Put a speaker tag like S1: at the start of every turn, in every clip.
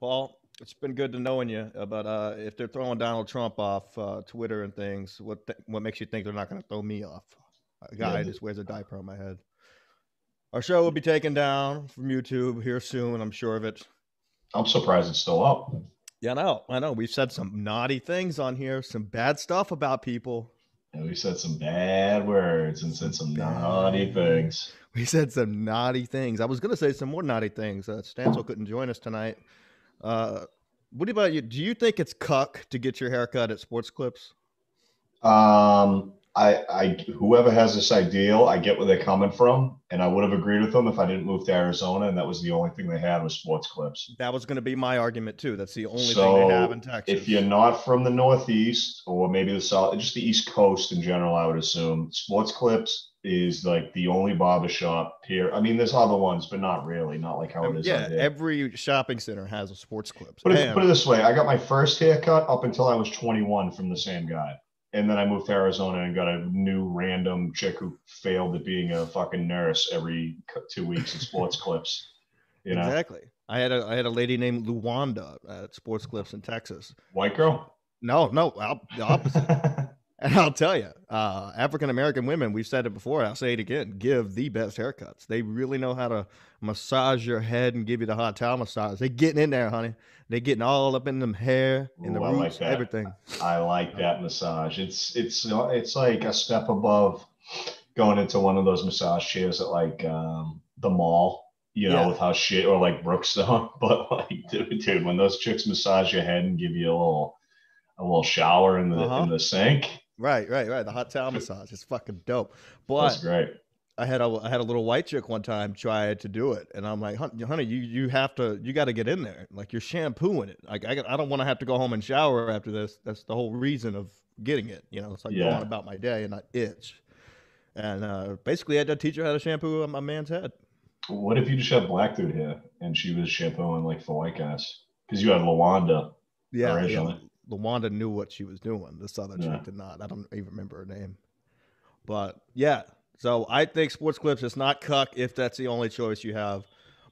S1: Paul, it's been good to knowing you. uh, But uh, if they're throwing Donald Trump off uh, Twitter and things, what th- what makes you think they're not going to throw me off? A guy
S2: Yeah,
S1: just wears a diaper on my head. Our show will be taken down from YouTube here soon. I'm sure of it.
S2: I'm surprised it's still up.
S1: Yeah, I know. I know. We've said some naughty things on here, some bad stuff about people.
S2: And we said some bad words and said some
S1: Bad.
S2: naughty things.
S1: We said some naughty things. I was going to say some more naughty things. Uh, Stancil couldn't join us tonight. Uh, what about you? Do you think it's cuck to get your haircut at Sports Clips?
S2: Um, I, I, whoever has this ideal, I get where they're coming from, and I would have agreed with them if I didn't move to Arizona, and that was the only thing they had was sports clips.
S1: That was going to be my argument too. That's the only thing they have in
S2: So,
S1: Texas.
S2: If you're not from the Northeast or maybe the South, just the East Coast in general, I would assume Sports Clips is like the only barbershop here. I mean, there's other ones, but not really, not like how
S1: I
S2: it
S1: mean,
S2: is.
S1: yeah,
S2: out there.
S1: every shopping center has a Sports Clips.
S2: Put it,
S1: And-
S2: put it this way: I got my first haircut up until I was 21 from the same guy, and then I moved to Arizona and got a new random chick who failed at being a fucking nurse every cu- two weeks at Sports Clips. You know,
S1: exactly. I had a I had a lady named Luwanda at Sports Clips in Texas.
S2: white girl.
S1: No, no, op- the opposite. And I'll tell you, uh, African American women, we've said it before, I'll say it again, give the best haircuts. They really know how to massage your head and give you the hot towel massage. They getting in there, honey. They getting all up in them hair, in the
S2: Ooh, I like
S1: roots,
S2: that.
S1: everything.
S2: I like that massage. It's it's it's like a step above going into one of those massage chairs at like um, the mall, you know,
S1: Yeah.
S2: with how shit or like Brookstone. But like, dude, dude, when those chicks massage your head and give you a little a little shower in the
S1: Uh-huh.
S2: in the sink,
S1: Right, right, right. The hot towel massage. It's fucking dope.
S2: that's
S1: But
S2: great.
S1: I had a I had a little white chick one time try to do it, and I'm like, "Hun- honey, you you have to you got to get in there. Like you're shampooing it. Like I got- I don't want to have to go home and shower after this. That's the whole reason of getting it. You know, it's like
S2: Yeah.
S1: going about my day and not itch. And uh, basically, I had to teach her how to shampoo my man's head.
S2: What if you just had black dude here and she was shampooing like for white guys? Because you had Lawanda.
S1: Yeah, yeah.
S2: Originally.
S1: Lawanda knew what she was doing. This other
S2: Yeah.
S1: chick did not. I don't even remember her name. But yeah, so I think Sports Clips is not cuck if that's the only choice you have.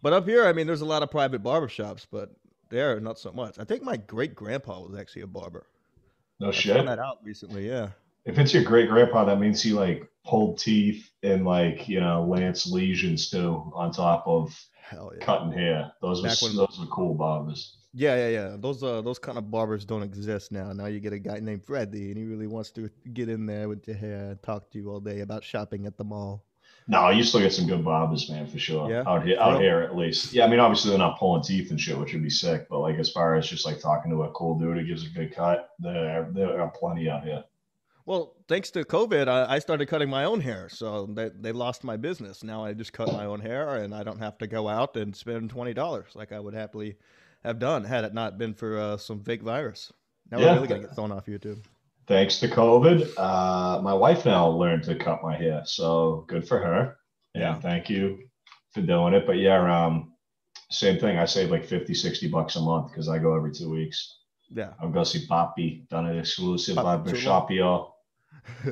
S1: But up here, I mean, there's a lot of private barbershops, but there, not so much. I think my great grandpa was actually a barber.
S2: No
S1: I
S2: Oh, shit.
S1: found that out recently. Yeah,
S2: If it's your great grandpa, that means he like pulled teeth and like you know lance lesions too on top of
S1: hell yeah,
S2: cutting hair. Those were
S1: Back when-
S2: those were cool barbers.
S1: yeah, yeah, yeah. Those uh, those kind of barbers don't exist now. Now you get a guy named Freddy, and he really wants to get in there with your hair and talk to you all day about shopping at the mall.
S2: No, you still get some good barbers, man, for sure.
S1: Yeah?
S2: Out here, out
S1: Yep.
S2: here at least. Yeah, I mean, obviously they're not pulling teeth and shit, which would be sick. But like, as far as just like talking to a cool dude who gives a good cut, there there are plenty out here.
S1: Well, thanks to COVID, I, I started cutting my own hair. So they, they lost my business. Now I just cut my own hair and I don't have to go out and spend $20 like I would happily have done had it not been for uh, some fake virus. Now
S2: Yeah.
S1: we're really going to get thrown off YouTube.
S2: Thanks to COVID, uh, my wife now learned to cut my hair, so good for her.
S1: Yeah.
S2: And thank you for doing it. But yeah, um, same thing. I save like 50, 60 bucks a month because I go every two weeks.
S1: Yeah.
S2: I'll go see Papi, done an exclusive by
S1: Papi Chulo.
S2: Bishopio.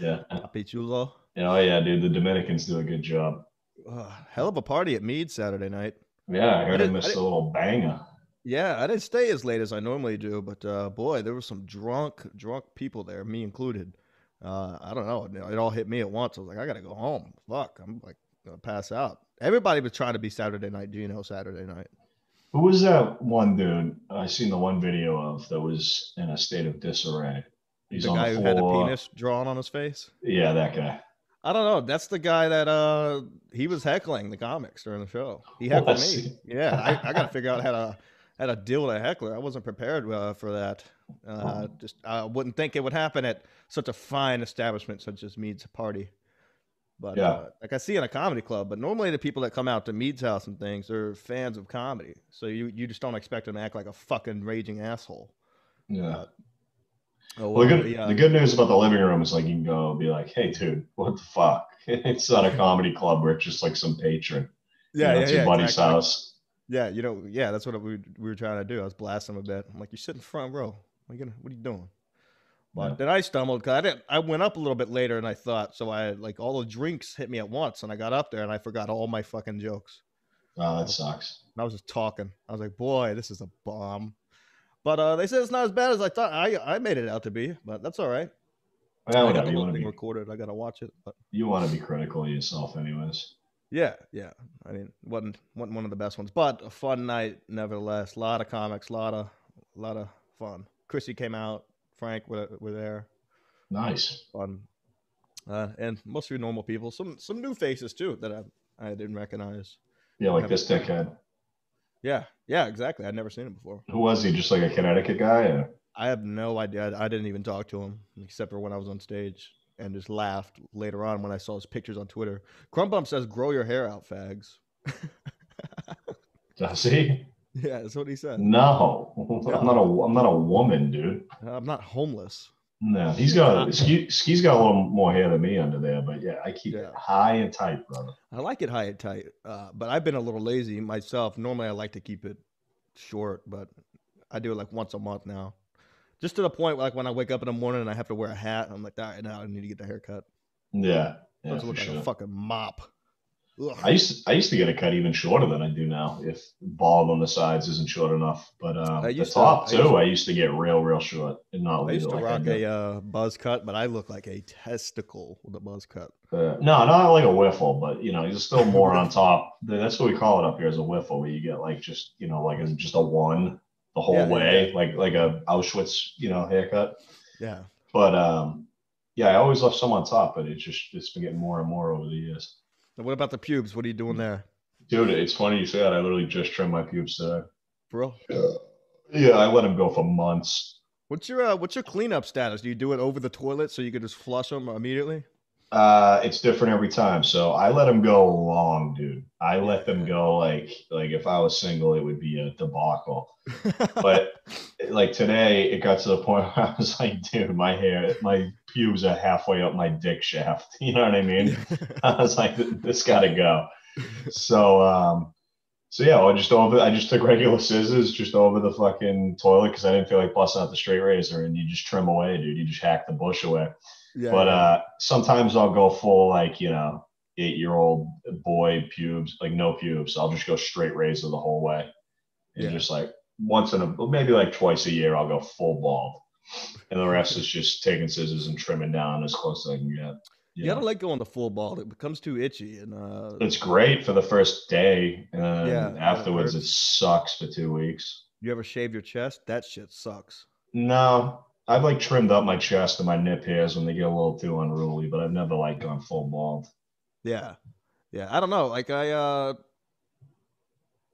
S2: Yeah.
S1: Papi Chulo.
S2: Yeah, Oh yeah, dude, the Dominicans do a good job.
S1: Ugh, hell of a party at Mead Saturday night.
S2: Yeah, I heard
S1: I
S2: I
S1: did- I
S2: missed
S1: did-
S2: a little banger.
S1: Yeah, I didn't stay as late as I normally do, but uh, boy, there were some drunk, drunk people there, me included. Uh, I don't know. It all hit me at once. I was like, I gotta go home. Fuck, I'm like gonna pass out. Everybody was trying to be Saturday night Gino Saturday night.
S2: Who was that one dude I seen the one video of that was in a state of disarray? He's
S1: the
S2: on
S1: guy who had the
S2: floor.
S1: penis drawn on his face.
S2: Yeah, that guy.
S1: I don't know. That's the guy that uh he was heckling the comics during the show. He
S2: Well,
S1: heckled
S2: that's-
S1: me. Yeah, I, I gotta figure out how to how to deal with a heckler. I wasn't prepared uh, for that.
S2: Oh.
S1: Uh, just I wouldn't think it would happen at such a fine establishment such as Mead's party. But
S2: Yeah.
S1: uh, like I see in a comedy club, but normally the people that come out to Mead's house and things are fans of comedy. So you you just don't expect them to act like a fucking raging asshole.
S2: Yeah.
S1: Oh,
S2: Well, the
S1: well,
S2: good,
S1: yeah.
S2: the good news about the living room is like you can go and be like, hey, dude, what the fuck? It's not a comedy club where it's just like some patron.
S1: yeah,
S2: you know,
S1: yeah,
S2: it's
S1: yeah,
S2: your buddy's
S1: exactly.
S2: house.
S1: Yeah, you know, yeah, that's what we were- we were trying to do. I was blasting with that. I'm like, you sit in front row. What are you, gonna, what are you doing? But
S2: Yeah.
S1: then I stumbled because I didn't. I went up a little bit later than I thought, so I like all the drinks hit me at once, and I got up there and I forgot all my fucking jokes.
S2: Oh, that sucks.
S1: And I was just talking. I was like, boy, this is a bomb. But uh, they said it's not as bad as I thought. I, I made it out to be, but that's all right.
S2: Well,
S1: I got
S2: whatever.
S1: the
S2: You
S1: whole
S2: want to
S1: thing
S2: be
S1: recorded. I got to watch it. But
S2: you want to be critical of yourself, anyways.
S1: yeah, yeah. I mean, wasn't wasn't one of the best ones, but a fun night nevertheless. A lot of comics, a lot of lot of fun. Chrissy came out. Frank were, were there.
S2: Nice.
S1: Fun. Uh, and most of your normal people. Some some new faces too that I I didn't recognize.
S2: Yeah, like
S1: Have-
S2: this dickhead.
S1: Yeah, yeah, exactly. I'd never seen him before.
S2: Who was he? Just like a Connecticut guy? Or?
S1: I have no idea. I I didn't even talk to him except for when I was on stage and just laughed later on when I saw his pictures on Twitter. Crumbump says, "Grow your hair out, fags."
S2: Does he?
S1: Yeah, that's what he said.
S2: No,
S1: No.
S2: I'm not a I'm not a woman, dude.
S1: I'm not homeless.
S2: No, he's got Ski, Ski's got a little more hair than me under there, but yeah, I keep
S1: Yeah.
S2: it high and tight, brother.
S1: I like it high and tight, uh, but I've been a little lazy myself. Normally, I like to keep it short, but I do it like once a month now. Just to the point, like when I wake up in the morning and I have to wear a hat, I'm like, all right, now I need to get the haircut.
S2: Yeah,
S1: I
S2: yeah,
S1: look
S2: for
S1: like
S2: sure.
S1: a fucking mop. Ugh.
S2: I used to, I used to get a cut even shorter than I do now if bald on the sides isn't short enough. But um,
S1: I
S2: the
S1: used to-
S2: top
S1: I
S2: too,
S1: used to-
S2: I used to get real real short and
S1: I
S2: not leave
S1: used
S2: it
S1: to
S2: like
S1: rock
S2: I
S1: a
S2: do.
S1: uh, buzz cut, but I look like a testicle with a buzz cut.
S2: Uh, no, not like a wiffle, but you know, there's still more on top. That's what we call it up here is a wiffle, where you get like just you know like it's just a one the whole
S1: Yeah, yeah,
S2: way, like like a Auschwitz you know haircut.
S1: Yeah,
S2: But um, yeah, I always left some on top, but it's just it's been getting more and more over the years.
S1: And what about the pubes? What are you doing there,
S2: Dude, it's funny you say that. I literally just trimmed my pubes today.
S1: bro?
S2: Yeah, I let them go for months.
S1: What's your uh, what's your cleanup status? Do you do it over the toilet so you can just flush them immediately?
S2: Uh, it's different every time. So I let them go long, dude. I let them go like like if I was single, it would be a debacle. But like today, it got to the point where I was like, dude, my hair, my pubes are halfway up my dick shaft. You know what I mean? I was like, this got to go. So um, so yeah, I just over. I just took regular scissors just over the fucking toilet because I didn't feel like busting out the straight razor, and you just trim away, dude. You just hack the bush away
S1: yeah,
S2: but
S1: yeah.
S2: uh sometimes i'll go full like you know eight year old boy pubes like no pubes i'll just go straight razor the whole way and
S1: Yeah.
S2: just like once in a maybe like twice a year i'll go full bald and the rest is just taking scissors and trimming down as close as i can get
S1: you
S2: yeah
S1: gotta let go on the full ball. It becomes too itchy, and uh,
S2: it's great for the first day and then
S1: Yeah, and it
S2: afterwards it
S1: hurts.
S2: sucks for two weeks
S1: you ever shave your chest? That shit sucks.
S2: no i've like trimmed up my chest and my nip hairs when they get a little too unruly but i've never like gone full bald
S1: Yeah, yeah. I don't know. Like I, uh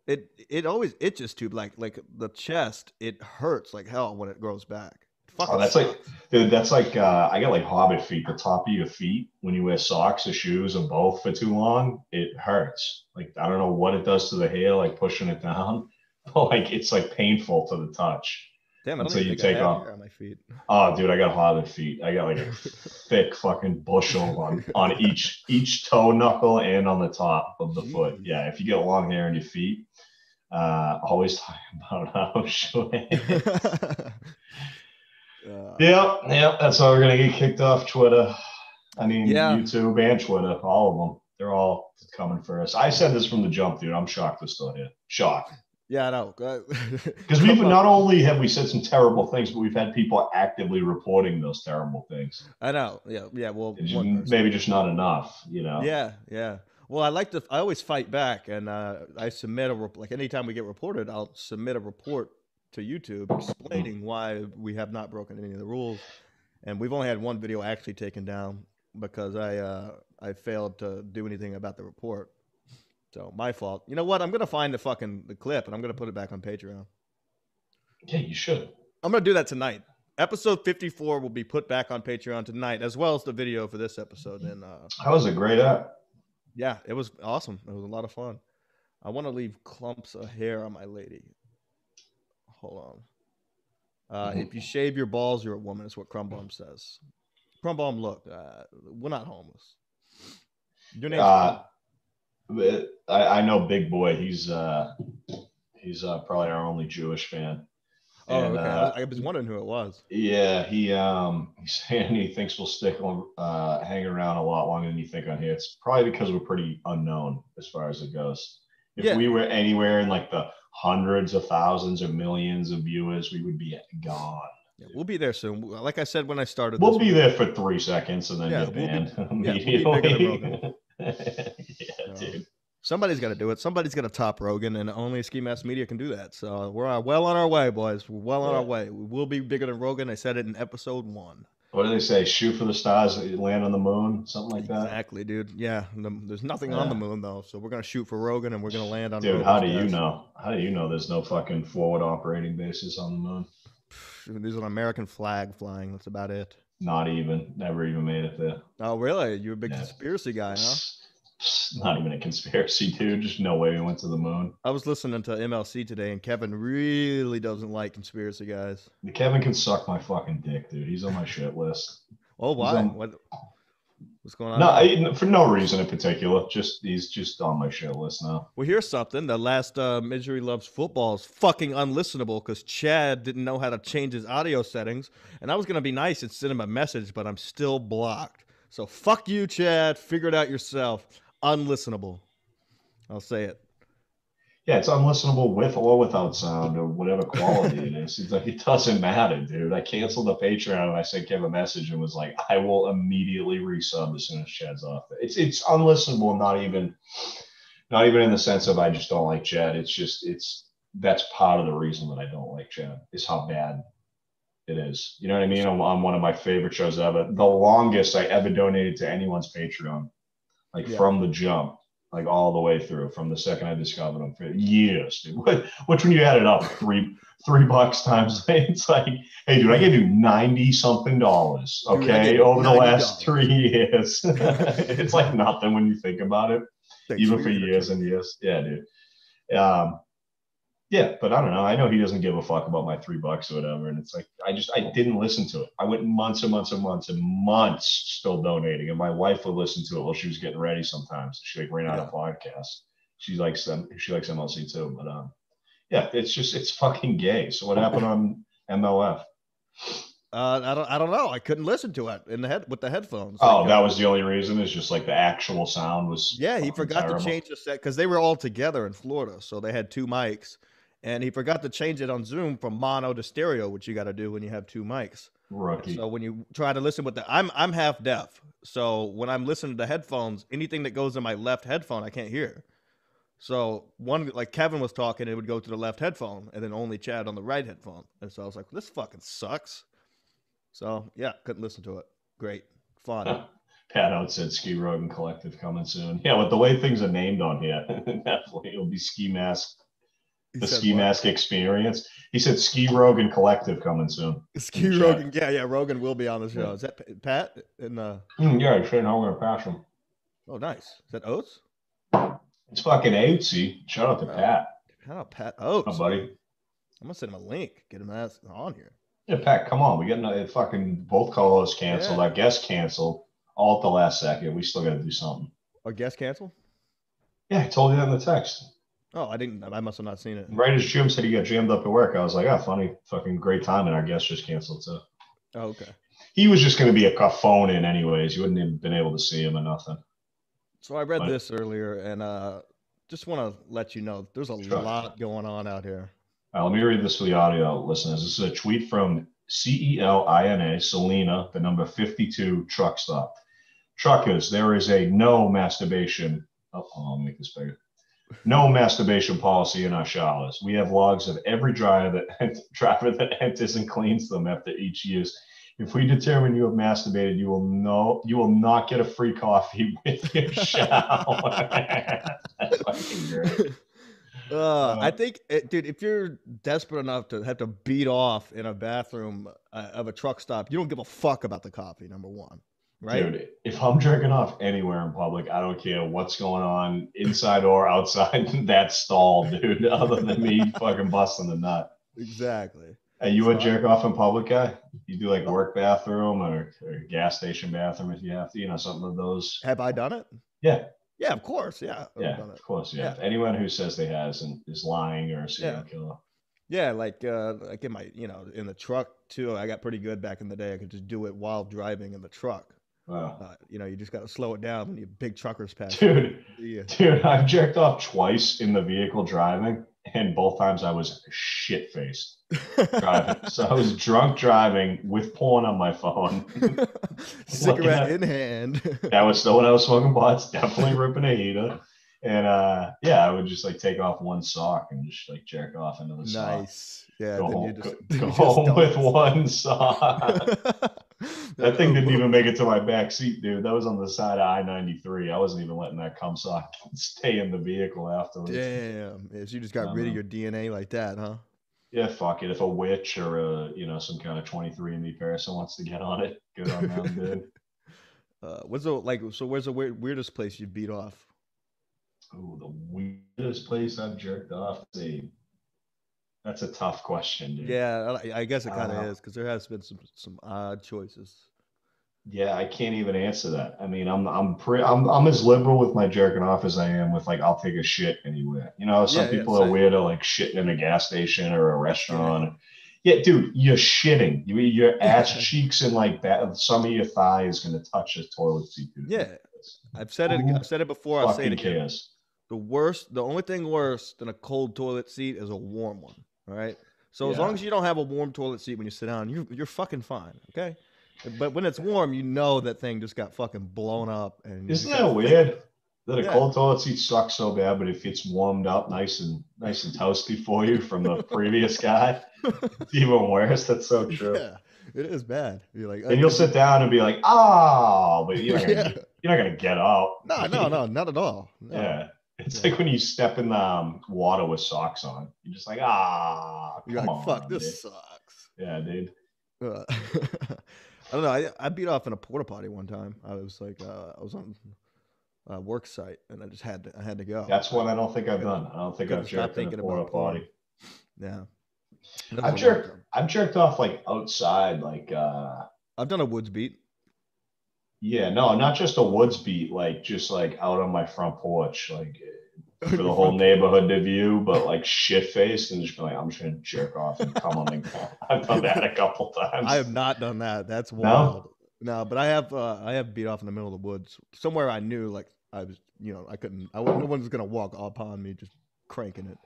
S1: it it always itches too. Like like the chest, it hurts like hell when it grows back. It fucking
S2: Oh, that's
S1: sucks.
S2: like, dude, that's like, uh, I got like hobbit feet. The top of your feet, when you wear socks or shoes or both for too long, it hurts. Like, I don't know what it does to the hair, like pushing it down, but like, it's like painful to the touch.
S1: Damn, I don't
S2: Until
S1: even
S2: you
S1: think I
S2: take
S1: have
S2: off.
S1: hair on my feet.
S2: Oh, dude, I got hobbit feet. I got like a thick fucking bushel on, on each, each toe knuckle and on the top of the foot.
S1: Jeez.
S2: Yeah. If you get long hair on your feet, uh, always talk about how short.
S1: Uh,
S2: Yep, yep. That's why we're gonna get kicked off Twitter. I mean,
S1: Yeah.
S2: YouTube and Twitter, all of them. They're all coming for us. I said this from the jump, dude. I'm shocked we're still here. Shocked
S1: Yeah, I know.
S2: because we've not only have we said some terrible things, but we've had people actively reporting those terrible things.
S1: I know. Yeah, yeah. Well,
S2: It's
S1: one
S2: just-
S1: person.
S2: maybe just not enough, you know.
S1: yeah, yeah. Well, I like to. I always fight back, and uh, I submit a rep- like anytime we get reported, I'll submit a report to YouTube explaining why we have not broken any of the rules, and we've only had one video actually taken down because I uh, I failed to do anything about the report. So my fault. You know what? I'm gonna find the fucking the clip and I'm gonna put it back on Patreon.
S2: Yeah, you should.
S1: I'm gonna do that tonight. Episode 54 will be put back on Patreon tonight, as well as the video for this episode. And uh,
S2: That was a great app.
S1: yeah, it was awesome. It was a lot of fun. I want to leave clumps of hair on my lady. Hold on. Uh, if you shave your balls, you're a woman. Is what Crumbum says. Crumbum, look, uh, we're not homeless. Your name's
S2: Uh, but I, I know Big Boy. He's uh, he's uh, probably our only Jewish fan.
S1: oh,
S2: and,
S1: okay. I,
S2: uh,
S1: was, I was wondering who it was.
S2: Yeah, he um he's saying he thinks we'll stick on uh hang around a lot longer than you think on here. It's probably because we're pretty unknown as far as it goes. If
S1: Yeah.
S2: we were anywhere in like the hundreds of thousands or millions of viewers, we would be gone.
S1: Yeah, we'll be there soon. Like I said when I started,
S2: We'll
S1: this,
S2: be there for three seconds and then
S1: Yeah,
S2: get
S1: we'll be-
S2: banned
S1: yeah, we'll be bigger than
S2: immediately. yeah,
S1: So-
S2: dude.
S1: somebody's got to do it. Somebody's got to top Rogan, and only Ski Mask Media can do that. So we're uh, well on our way, boys. We're well on our
S2: Yeah.
S1: way. We will be bigger than Rogan. I said it in episode one.
S2: What do they say? Shoot for the stars, land on the moon, something like that.
S1: Exactly, dude. Yeah, the, there's nothing on the
S2: Yeah.
S1: moon though, so we're gonna shoot for Rogan, and we're gonna land on.
S2: Dude,
S1: Rogan's
S2: how do you
S1: desk.
S2: know? How do you know there's no fucking forward operating bases on the moon?
S1: Pff, There's an American flag flying. That's about it.
S2: Not even. Never even made it there.
S1: Oh, really? You're a big
S2: Yeah.
S1: conspiracy guy, huh?
S2: Psst, Not even a conspiracy, dude. Just no way we went to the moon.
S1: I was listening to MLC today, and Kevin really doesn't like conspiracy guys.
S2: Kevin can suck my fucking dick, dude. He's on my shit list.
S1: Oh, why?
S2: on-
S1: what, what's going on?
S2: No, I, for no reason in particular. Just he's just on my shit list now.
S1: Well, here's something. The last uh, Misery Loves Football is fucking unlistenable because Chad didn't know how to change his audio settings. And I was going to be nice and send him a message, but I'm still blocked. So fuck you, Chad. Figure it out yourself. Unlistenable. I'll say it.
S2: Yeah, it's unlistenable with or without sound or whatever quality it is. It's like it doesn't matter, dude. I canceled the Patreon and I sent Kevin a message and was like, I will immediately resub as soon as Chad's off. It's it's unlistenable, not even not even in the sense of I just don't like Chad. It's just it's that's part of the reason that I don't like Chad is how bad it is. You know what I mean? On, on one of my favorite shows ever, the longest I ever donated to anyone's Patreon, like
S1: Yeah.
S2: from the jump, like all the way through, from the second I discovered him for years, dude. What, which when you add it up, three three bucks times, it's like, hey, dude, I gave you ninety something dollars,
S1: Dude, I gave
S2: okay,
S1: you
S2: over the last
S1: $90.
S2: three years. it's like nothing when you think about it
S1: Thanks
S2: even for
S1: your
S2: years and years. Yeah, dude. Um, yeah, but I don't know. I know he doesn't give a fuck about my three bucks or whatever. And it's like I just I didn't listen to it. I went months and months and months and months still donating. And my wife would listen to it while she was getting ready sometimes. She like ran out of podcasts. She likes them, she likes MLC too. But um yeah, it's just it's fucking gay. So what happened on MLF?
S1: Uh, I don't. I don't know. I couldn't listen to it in the head with the headphones.
S2: Oh,
S1: Like,
S2: that
S1: uh,
S2: was the only reason. It's just like the actual sound was
S1: Yeah, he
S2: fucking
S1: forgot
S2: terrible.
S1: to change the set because they were all together in Florida, so they had two mics, and he forgot to change it on Zoom from mono to stereo, which you got to do when you have two mics.
S2: rookie.
S1: So when you try to listen with the, I'm I'm half deaf, so when I'm listening to headphones, anything that goes in my left headphone, I can't hear. So one like Kevin was talking, it would go to the left headphone, and then only Chad on the right headphone. And so I was like, this fucking sucks. So yeah, couldn't listen to it. Great, fun.
S2: Pat out said Ski Rogan Collective coming soon. Yeah, with the way things are named on here, definitely it'll be Ski Mask,
S1: He
S2: the
S1: said
S2: Ski
S1: what?
S2: Mask Experience. He said Ski Rogan Collective coming soon.
S1: Ski
S2: Chat.
S1: Rogan. Yeah, yeah, Rogan will be on the show.
S2: Yeah.
S1: Is that P- Pat? And uh,
S2: Hmm, yeah, I should know where to pass him.
S1: oh, nice. Is that Oates?
S2: It's fucking Oatsy. Shout out to
S1: Oh.
S2: Pat,
S1: How about Pat Oates?
S2: my buddy.
S1: I'm gonna send him a link. Get him ass on here.
S2: Yeah, Pat, come on. We got another fucking both co-hosts canceled.
S1: Yeah.
S2: Our guest canceled. All at the last second. We still got to do something.
S1: Or guest cancel?
S2: Yeah, I told you that in the text.
S1: Oh, I didn't. I must have not seen it.
S2: Right as Jim said he got jammed up at work, I was like, ah, funny, fucking great time, and our guest just canceled too.
S1: Oh, okay.
S2: he was just going to be a cuff phone in anyways. You wouldn't have been able to see him or nothing.
S1: So I read
S2: But-
S1: this earlier, and uh, just want to let you know there's a
S2: Sure.
S1: lot going on out here.
S2: All right, let me read this for the audio listeners. This is a tweet from C E L I N A, Selena, the number 52 truck stop. Truckers, there is a no masturbation. Oh, I'll make this bigger. No masturbation policy in our showers. We have logs of every driver that driver that enters and cleans them after each use. If we determine you have masturbated, you will no, you will not get a free coffee with your shower. That's fucking great.
S1: Uh, I think, it, dude, if you're desperate enough to have to beat off in a bathroom uh, of a truck stop, you don't give a fuck about the coffee. Number one, right?
S2: Dude, if I'm jerking off anywhere in public, I don't care what's going on inside or outside that stall, dude, other than me fucking busting the nut.
S1: Exactly.
S2: Are you a
S1: Sorry.
S2: jerk off in public guy? You do like work bathroom or, or gas station bathroom if you have to, you know, something of those.
S1: Have I done it?
S2: Yeah.
S1: Yeah, of course. Yeah. I've
S2: Yeah,
S1: done it.
S2: of course. Yeah. Anyone who says they hasn't is lying or a serial
S1: Yeah.
S2: killer.
S1: Yeah, like uh like in my you know, in the truck too. I got pretty good back in the day. I could just do it while driving in the truck.
S2: Wow.
S1: Uh, you know, you just got to slow it down when you big truckers pass.
S2: Dude,
S1: Yeah.
S2: dude, I've jerked off twice in the vehicle driving, and both times I was shit faced driving. so I was drunk driving with porn on my phone.
S1: Cigarette in hand.
S2: That was still when I was smoking butts, definitely ripping a heater. And uh, yeah, I would just like take off one sock and just like jerk off into the sock.
S1: nice. Yeah.
S2: Go
S1: then you
S2: home,
S1: just- then
S2: go, go
S1: you just don't-
S2: home with one sock. That thing didn't
S1: Oh,
S2: even make it to my back seat, dude. That was on the side of I 93. I wasn't even letting that cum sock stay in the vehicle afterwards.
S1: Damn. Yeah, so you just got
S2: I
S1: rid
S2: know.
S1: of your DNA like that, huh?
S2: Yeah, fuck it. If a witch or a, you know, some kind of 23andMe person wants to get on it, good on them, dude.
S1: Uh, what's the like? So where's the weir- weirdest place you beat off?
S2: Ooh, the weirdest place I've jerked off. See, that's a tough question, dude.
S1: Yeah, I, I guess it kind of
S2: Uh,
S1: 'cause is because there has been some some odd choices.
S2: Yeah, I can't even answer that. I mean, I'm I'm pretty I'm I'm as liberal with my jerking off as I am with like I'll take a shit anywhere. You know, some
S1: Yeah, yeah,
S2: people are
S1: same.
S2: weird are like shitting in a gas station or a restaurant. Yeah, dude, you're shitting. You your ass cheeks and like that some of your thigh is gonna touch the toilet seat. Dude.
S1: Yeah, I've said it.
S2: Who
S1: I've said it before. I'll say it
S2: fucking
S1: again.
S2: cares.
S1: The worst, the only thing worse than a cold toilet seat is a warm one. All right. So as
S2: Yeah.
S1: long as you don't have a warm toilet seat when you sit down, you you're fucking fine. Okay. But when it's warm, you know that thing just got fucking blown up. And you just
S2: Isn't
S1: got-
S2: that weird? That a
S1: Yeah.
S2: cold toilet seat sucks so bad, but if it's warmed up nice and nice and toasty for you from the previous guy, it's even worse. That's so true.
S1: Yeah, it is bad. You're like,
S2: And you'll sit down and be like, oh, but you're not gonna,
S1: yeah.
S2: you're not gonna get up.
S1: No, no, no, not at all. No.
S2: Yeah. It's
S1: Yeah.
S2: like when you step in the um, water with socks on. You're just like, ah,
S1: You're
S2: come
S1: like, fuck,
S2: on, dude."
S1: this sucks.
S2: Yeah, dude.
S1: Uh, I don't know. I, I beat off in a porta potty one time. I was like, uh, I was on a work site, and I just had to, I had to go.
S2: That's one I don't think I've
S1: Couldn't-
S2: done. I don't think
S1: couldn't
S2: I've
S1: stop
S2: jerked in a
S1: thinking
S2: porta
S1: about porn.
S2: potty.
S1: Yeah.
S2: I've
S1: That's a long
S2: jerked.
S1: time.
S2: I've jerked off like outside, like uh
S1: I've done a woods beat.
S2: yeah, no, not just a woods beat, like just like out on my front porch, like for the whole neighborhood to view, but like shit faced and just be like, I'm just gonna jerk off and come on the ground. I've done that a couple times.
S1: I have not done that. That's wild. No, but I have. Uh, I have beat off in the middle of the woods somewhere I knew. Like I was, you know, I couldn't. I wa- no one's gonna walk upon me just cranking it.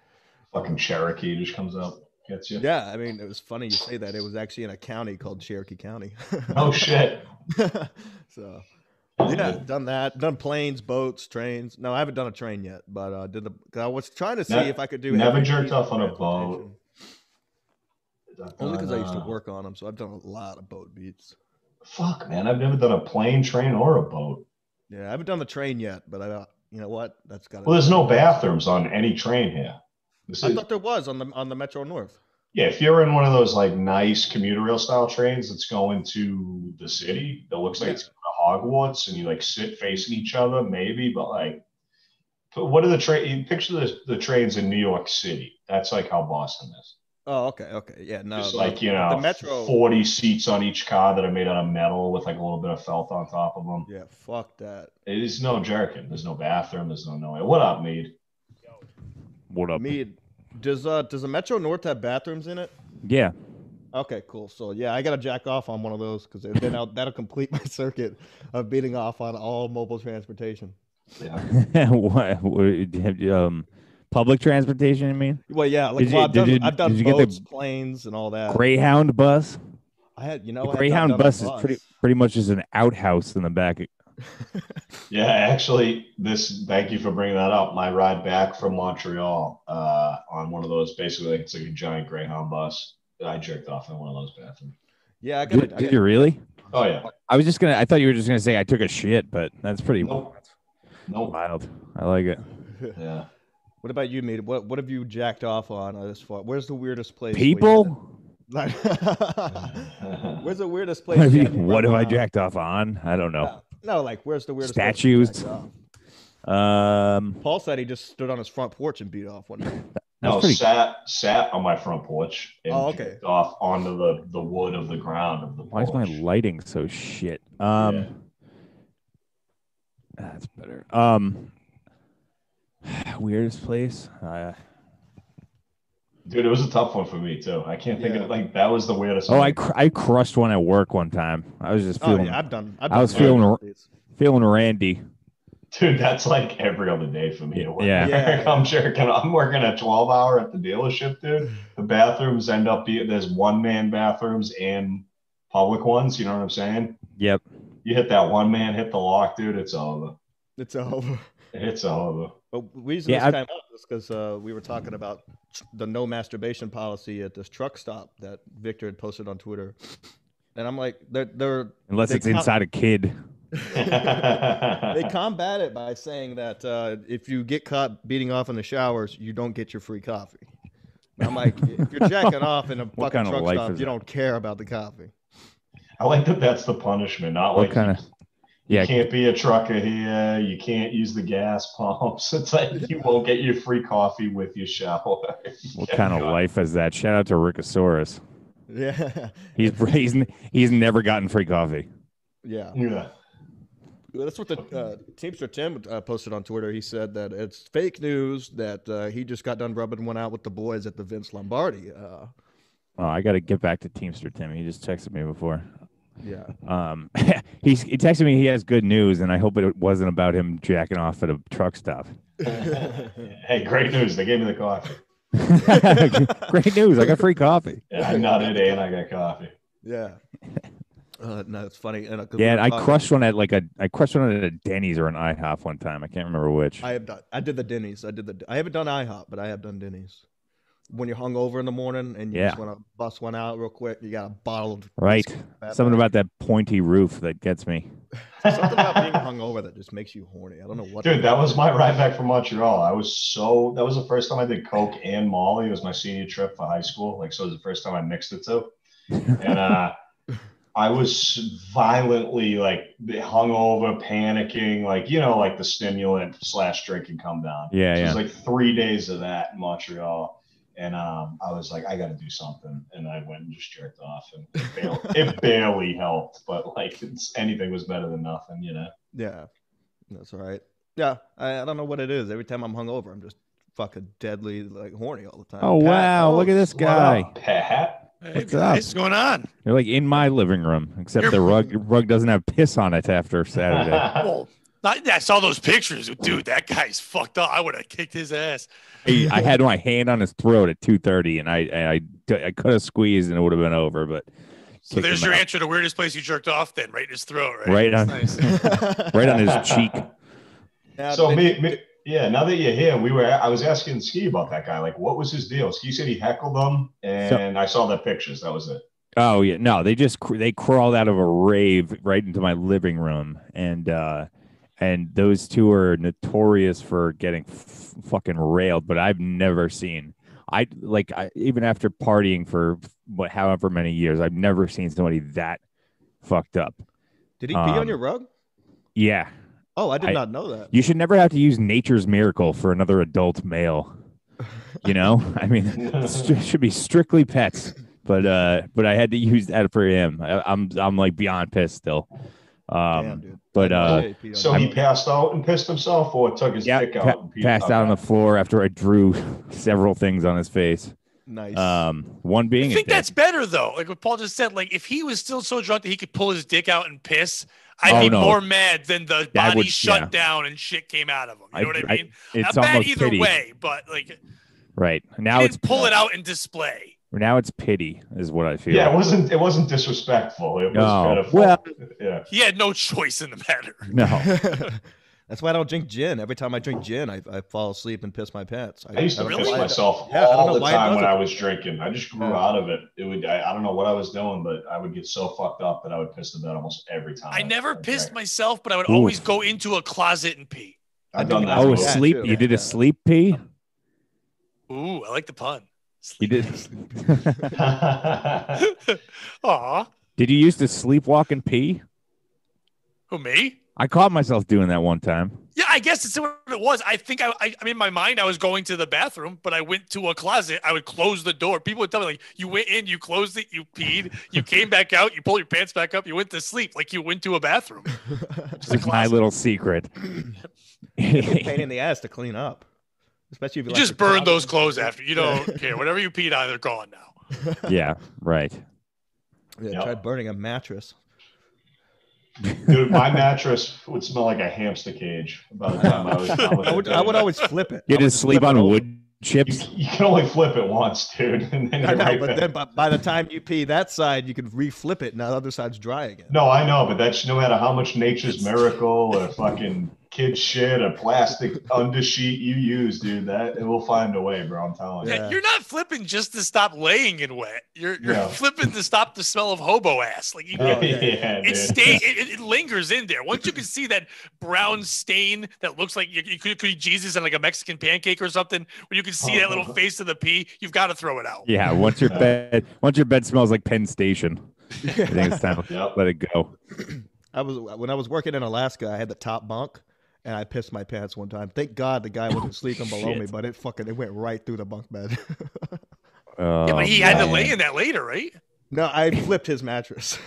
S2: fucking Cherokee just comes up, gets you.
S1: Yeah, I mean, it was funny you say that. It was actually in a county called Cherokee County.
S2: Oh shit.
S1: so yeah, done that. Done planes, boats, trains. No, I haven't done a train yet, but uh, did the. 'cause I was trying to see
S2: Ne-
S1: if I could do.
S2: never
S1: every
S2: jerked
S1: piece
S2: off on a
S1: transportation.
S2: boat. I've
S1: Only because I used to
S2: done, uh,
S1: work on them, so I've done a lot of boat beats.
S2: Fuck, man, I've never done a plane, train, or a boat.
S1: Yeah, I haven't done the train yet, but I. Uh, you know what? That's got.
S2: Well, there's no bathrooms on any train here. This
S1: I
S2: is-
S1: thought there was on the on the Metro North.
S2: yeah, if you're in one of those like nice commuter rail style trains that's going to the city, that looks like it's going to Hogwarts, and you like sit facing each other, maybe, but like. But what are the train? Picture the, the trains in New York City. That's like how Boston is.
S1: Oh, okay, okay, yeah, no,
S2: just
S1: no,
S2: like you know,
S1: the metro.
S2: 40 seats on each car that are made out of metal with like a little bit of felt on top of them.
S1: yeah, fuck that.
S2: It is no jerking. There's no bathroom. There's no no. What up, Mead?
S3: What up?
S1: Me, does uh does the Metro North have bathrooms in it?
S3: Yeah.
S1: Okay, cool. So yeah, I gotta jack off on one of those because then I'll, that'll complete my circuit of beating off on all mobile transportation.
S2: Yeah.
S3: what, what- um, public transportation, I mean?
S1: Well, yeah, like
S3: Did
S1: well,
S3: you-
S1: I've, done,
S3: did you-
S1: I've done
S3: did you get the
S1: boats, planes, and all that.
S3: Greyhound bus?
S1: I had, you know,
S3: The
S1: Uh, I had
S3: Greyhound
S1: done a
S3: bus is pretty pretty much just an outhouse in the back.
S2: yeah, actually, this. Thank you for bringing that up. My ride back from Montreal uh, on one of those, basically, like, it's like a giant Greyhound bus. I jerked off in one of those bathrooms.
S1: Yeah, I gotta,
S3: Did,
S1: I
S3: did
S1: gotta-
S3: you really?
S2: Oh yeah,
S3: I was just gonna. I thought you were just gonna say I took a shit, but that's pretty
S2: Nope. no,
S3: wild. I like it.
S2: yeah.
S1: What about you, Mead? What what have you jacked off on as far? Where's the weirdest place? we had it?
S3: People,
S1: Like, where's the weirdest place?
S3: What have
S1: you
S3: you-
S1: had it
S3: what have
S1: run
S3: I
S1: down?
S3: jacked off on? I don't know.
S1: No, no, like where's the weirdest place you
S3: Statues.
S1: jacked off?
S3: Um,
S1: Paul said he just stood on his front porch and beat off one. night.
S3: that's
S2: No,
S3: pretty.
S2: sat sat on my front porch and
S1: Oh, okay.
S2: jerked off onto the the wood of the ground of the
S3: Why is my
S2: porch.
S3: lighting so shit? Um,
S2: Yeah.
S3: that's better. Um, weirdest place. Uh,
S2: Dude, it was a tough one for me too. I can't think
S1: Yeah.
S2: of like that was the weirdest.
S3: Oh,
S2: one.
S3: I cr- I crushed one at work one time. I was just
S1: Oh
S3: feeling
S1: yeah, I've done. I've
S3: I
S1: done
S3: was
S1: some of
S3: feeling-
S1: these.
S3: feeling randy.
S2: dude, that's like every other day for me. at work.
S3: Yeah.
S1: Yeah.
S2: I'm jerking. I'm working a 12 hour at the dealership, dude. The bathrooms end up being there's one man bathrooms and public ones. You know what I'm saying?
S3: Yep.
S2: You hit that one man, hit the lock, dude. It's over.
S1: It's over.
S2: It's over.
S1: But we used to
S3: Yeah,
S1: this
S3: I've-
S1: time up just because uh, we were talking about tr- the no masturbation policy at this truck stop that Victor had posted on Twitter, and I'm like, they're they're
S3: Unless
S1: They
S3: it's
S1: count-
S3: inside a kid.
S1: they combat it by saying that uh, if you get caught beating off in the showers, you don't get your free coffee. And I'm like, if you're jacking off in a
S3: What
S1: fucking
S3: kind of
S1: truck
S3: life
S1: stop, you
S3: is that?
S1: don't care about the coffee.
S2: I like that. That's the punishment. Not
S3: What
S2: like
S3: kind of? Yeah.
S2: you can't be a trucker here. You can't use the gas pumps. It's like you won't get your free coffee with your shower.
S3: What kind of life is that? Shout out to Rickosaurus.
S1: Yeah,
S3: He's he's he's never gotten free coffee.
S1: yeah.
S2: Yeah.
S1: Well, That's what the uh, Teamster Tim uh, posted on Twitter. He said that it's fake news that uh, he just got done rubbing one out with the boys at the Vince Lombardi. Uh,
S3: Oh, I got to get back to Teamster Tim. He just texted me before.
S1: yeah,
S3: Um, he's, he texted me. He has good news, and I hope it wasn't about him jacking off at a truck stop.
S2: hey, great news. They gave me the coffee.
S3: Great news! I got free coffee.
S2: Yeah, I nodded and I got coffee.
S1: yeah. Uh, no, it's funny. And, uh, 'cause we
S3: Yeah,
S1: were
S3: and I
S1: talking-
S3: crushed one at like a I crushed one at a Denny's or an IHOP one time. I can't remember which.
S1: I have done. I did the Denny's. I did the. I haven't done IHOP, but I have done Denny's. When you're hungover in the morning and you just want to bust one out real quick, you got a bottle. of-
S3: right.
S1: Bad
S3: Something
S1: boy.
S3: about that pointy roof that gets me.
S1: something about being hungover that just makes you horny. I don't know what.
S2: Dude, that was my ride back from Montreal. I was so that was the first time I did coke and Molly. It was my senior trip for high school. Like, so it was the first time I mixed the two. And uh, I was violently like hungover, panicking, like you know, like the stimulant slash drink and come down.
S3: Yeah,
S2: So
S3: yeah.
S2: It was like three days of that in Montreal. And um, I was like, I got to do something. And I went and just jerked off. And it barely, it barely helped, but like it's, anything was better than nothing, you know?
S1: Yeah, that's all right. Yeah, I, I don't know what it is. Every time I'm hungover, I'm just fucking deadly like horny all the time.
S3: Oh wow! Look at this
S2: What up,
S3: guy.
S2: Pat.
S4: Hey,
S3: What's
S4: guys,
S3: up?
S4: What's going on?
S3: You're like in my living room, except the rug rug doesn't have piss on it after Saturday.
S4: Well, I, I saw those pictures. Dude, that guy's fucked up. I would have kicked his ass.
S3: I, I had my hand on his throat at two thirty, and I and I I could have squeezed and it would have been over, but
S4: So
S3: kicked
S4: there's
S3: him
S4: your
S3: out.
S4: answer to weirdest place you jerked off then, right in his throat, right?
S3: Right on-
S4: That's nice.
S1: at
S3: right on his cheek.
S2: so me, me, yeah. Now that you're here, we were. I was asking Ski about that guy. Like, what was his deal? Ski said he heckled them, and I saw the pictures. That was it.
S3: Oh yeah, no, they just cr- they crawled out of a rave right into my living room, and uh, and those two are notorious for getting f- fucking railed. But I've never seen I like I, even after partying for what however many years, I've never seen somebody that fucked up.
S1: Did he pee on
S3: um,
S1: your rug?
S3: Yeah,
S1: Oh, I did
S3: I-
S1: not know that.
S3: you should never have to use nature's miracle for another adult male. You know, I mean, it should be strictly pets. But uh, but I had to use that for him. I, I'm I'm like beyond pissed still. Um,
S1: Damn, dude.
S3: but
S1: I didn't know
S3: uh,
S1: he peed on
S2: So
S1: your
S2: he
S1: rug.
S2: passed out and pissed himself, or took his
S3: Yeah,
S2: dick out
S3: pa-
S2: and peed
S3: passed out on the
S2: Okay.
S3: floor after I drew several things on his face.
S1: nice.
S3: Um, one being,
S4: I
S3: a
S4: think
S3: dick.
S4: that's better though. Like what Paul just said, like if he was still so drunk that he could pull his dick out and piss, I'd
S3: Oh,
S4: be
S3: no.
S4: more mad than the
S3: That
S4: body
S3: would-
S4: shut
S3: yeah.
S4: down and shit came out of him. You
S3: I-
S4: know what I,
S3: I-
S4: mean?
S3: it's
S4: Not bad
S3: almost
S4: either
S3: pity.
S4: way, but like he
S3: Right now, it's
S4: didn't pull it out and display.
S3: now it's pity is what I feel.
S2: Yeah, it wasn't. It wasn't disrespectful. It was
S3: No.
S2: kind of fun.
S3: Well-
S2: yeah.
S4: He had no choice in the matter.
S3: no,
S1: That's why I don't drink gin. Every time I drink gin, I, I fall asleep and piss my pants.
S2: I used to
S1: don't
S4: Really?
S1: know
S2: piss
S1: why I-
S2: myself
S1: Yeah, I don't know
S2: all the
S1: why it
S2: time when
S1: does
S2: I
S1: it.
S2: was drinking. I just grew
S1: Yeah.
S2: out of it. It would. I, I don't know what I was doing, but I would get so fucked up that I would piss the bed almost every time.
S4: I never
S2: drank.
S4: pissed myself, but I would
S3: Ooh.
S4: always go into a closet and pee.
S2: I've
S1: I
S2: done
S1: think
S2: that.
S1: I
S3: oh,
S1: was
S2: before.
S1: Yeah,
S3: sleep.
S1: too.
S3: You did a sleep pee.
S4: Ooh, I like the pun.
S3: You did.
S4: Aw.
S3: did you used to sleepwalk and pee?
S4: Who me?
S3: I caught myself doing that one time.
S4: Yeah, I guess it's what it was. I think I, I, I mean, in my mind, I was going to the bathroom, but I went to a closet. I would close the door. People would tell me, like, you went in, you closed it, you peed, you came back out, you pulled your pants back up, you went to sleep, like you went to a bathroom. Just
S3: It's like my little secret.
S1: Pain in the ass to clean up. Especially if you,
S4: You
S1: like
S4: just
S1: to
S4: burn
S1: travel.
S4: those clothes after. You don't care. Whatever you peed on, they're gone now.
S3: yeah, right.
S1: Yeah,
S2: Yep.
S1: try burning a mattress.
S2: Dude, my mattress would smell like a hamster cage by the time I was.
S1: I would, I would always flip it.
S3: You
S1: I would
S3: just sleep
S1: flip it
S3: on
S1: over.
S3: wood
S2: You,
S3: chips.
S2: you can only flip it once, dude. And then
S1: I
S2: you're
S1: know,
S2: right
S1: but
S2: back.
S1: then by, by the time you pee that side, you can re-flip it, and the other side's dry again.
S2: No, I know, but that's no matter how much nature's miracle or fucking kid shit or plastic undersheet you use, dude. That it will find a way, bro. I'm telling you.
S4: Yeah,
S1: Yeah.
S4: You're not flipping just to stop laying in wet. You're you're
S2: Yeah.
S4: flipping to stop the smell of hobo ass. Like you,
S1: Oh, yeah.
S2: yeah,
S4: it
S2: dude.
S4: stays, it, it- it lingers in there. Once you can see that brown stain that looks like you, you could, could be Jesus and like a Mexican pancake or something, when you can see that little face of the pee, you've got to throw it out.
S3: Uh-huh. Yeah, once your
S2: Uh,
S3: bed once your bed smells like Penn Station, I think it's time to
S2: Yep.
S3: let it go.
S1: I was when I was working in Alaska, I had the top bunk, and I pissed my pants one time. Thank God the guy wasn't sleeping below me,
S3: Shit.
S1: but it fucking it went right through the bunk bed.
S3: Oh,
S4: Yeah, but he had to lay
S3: man.
S4: in that later, right?
S1: no, I flipped his mattress.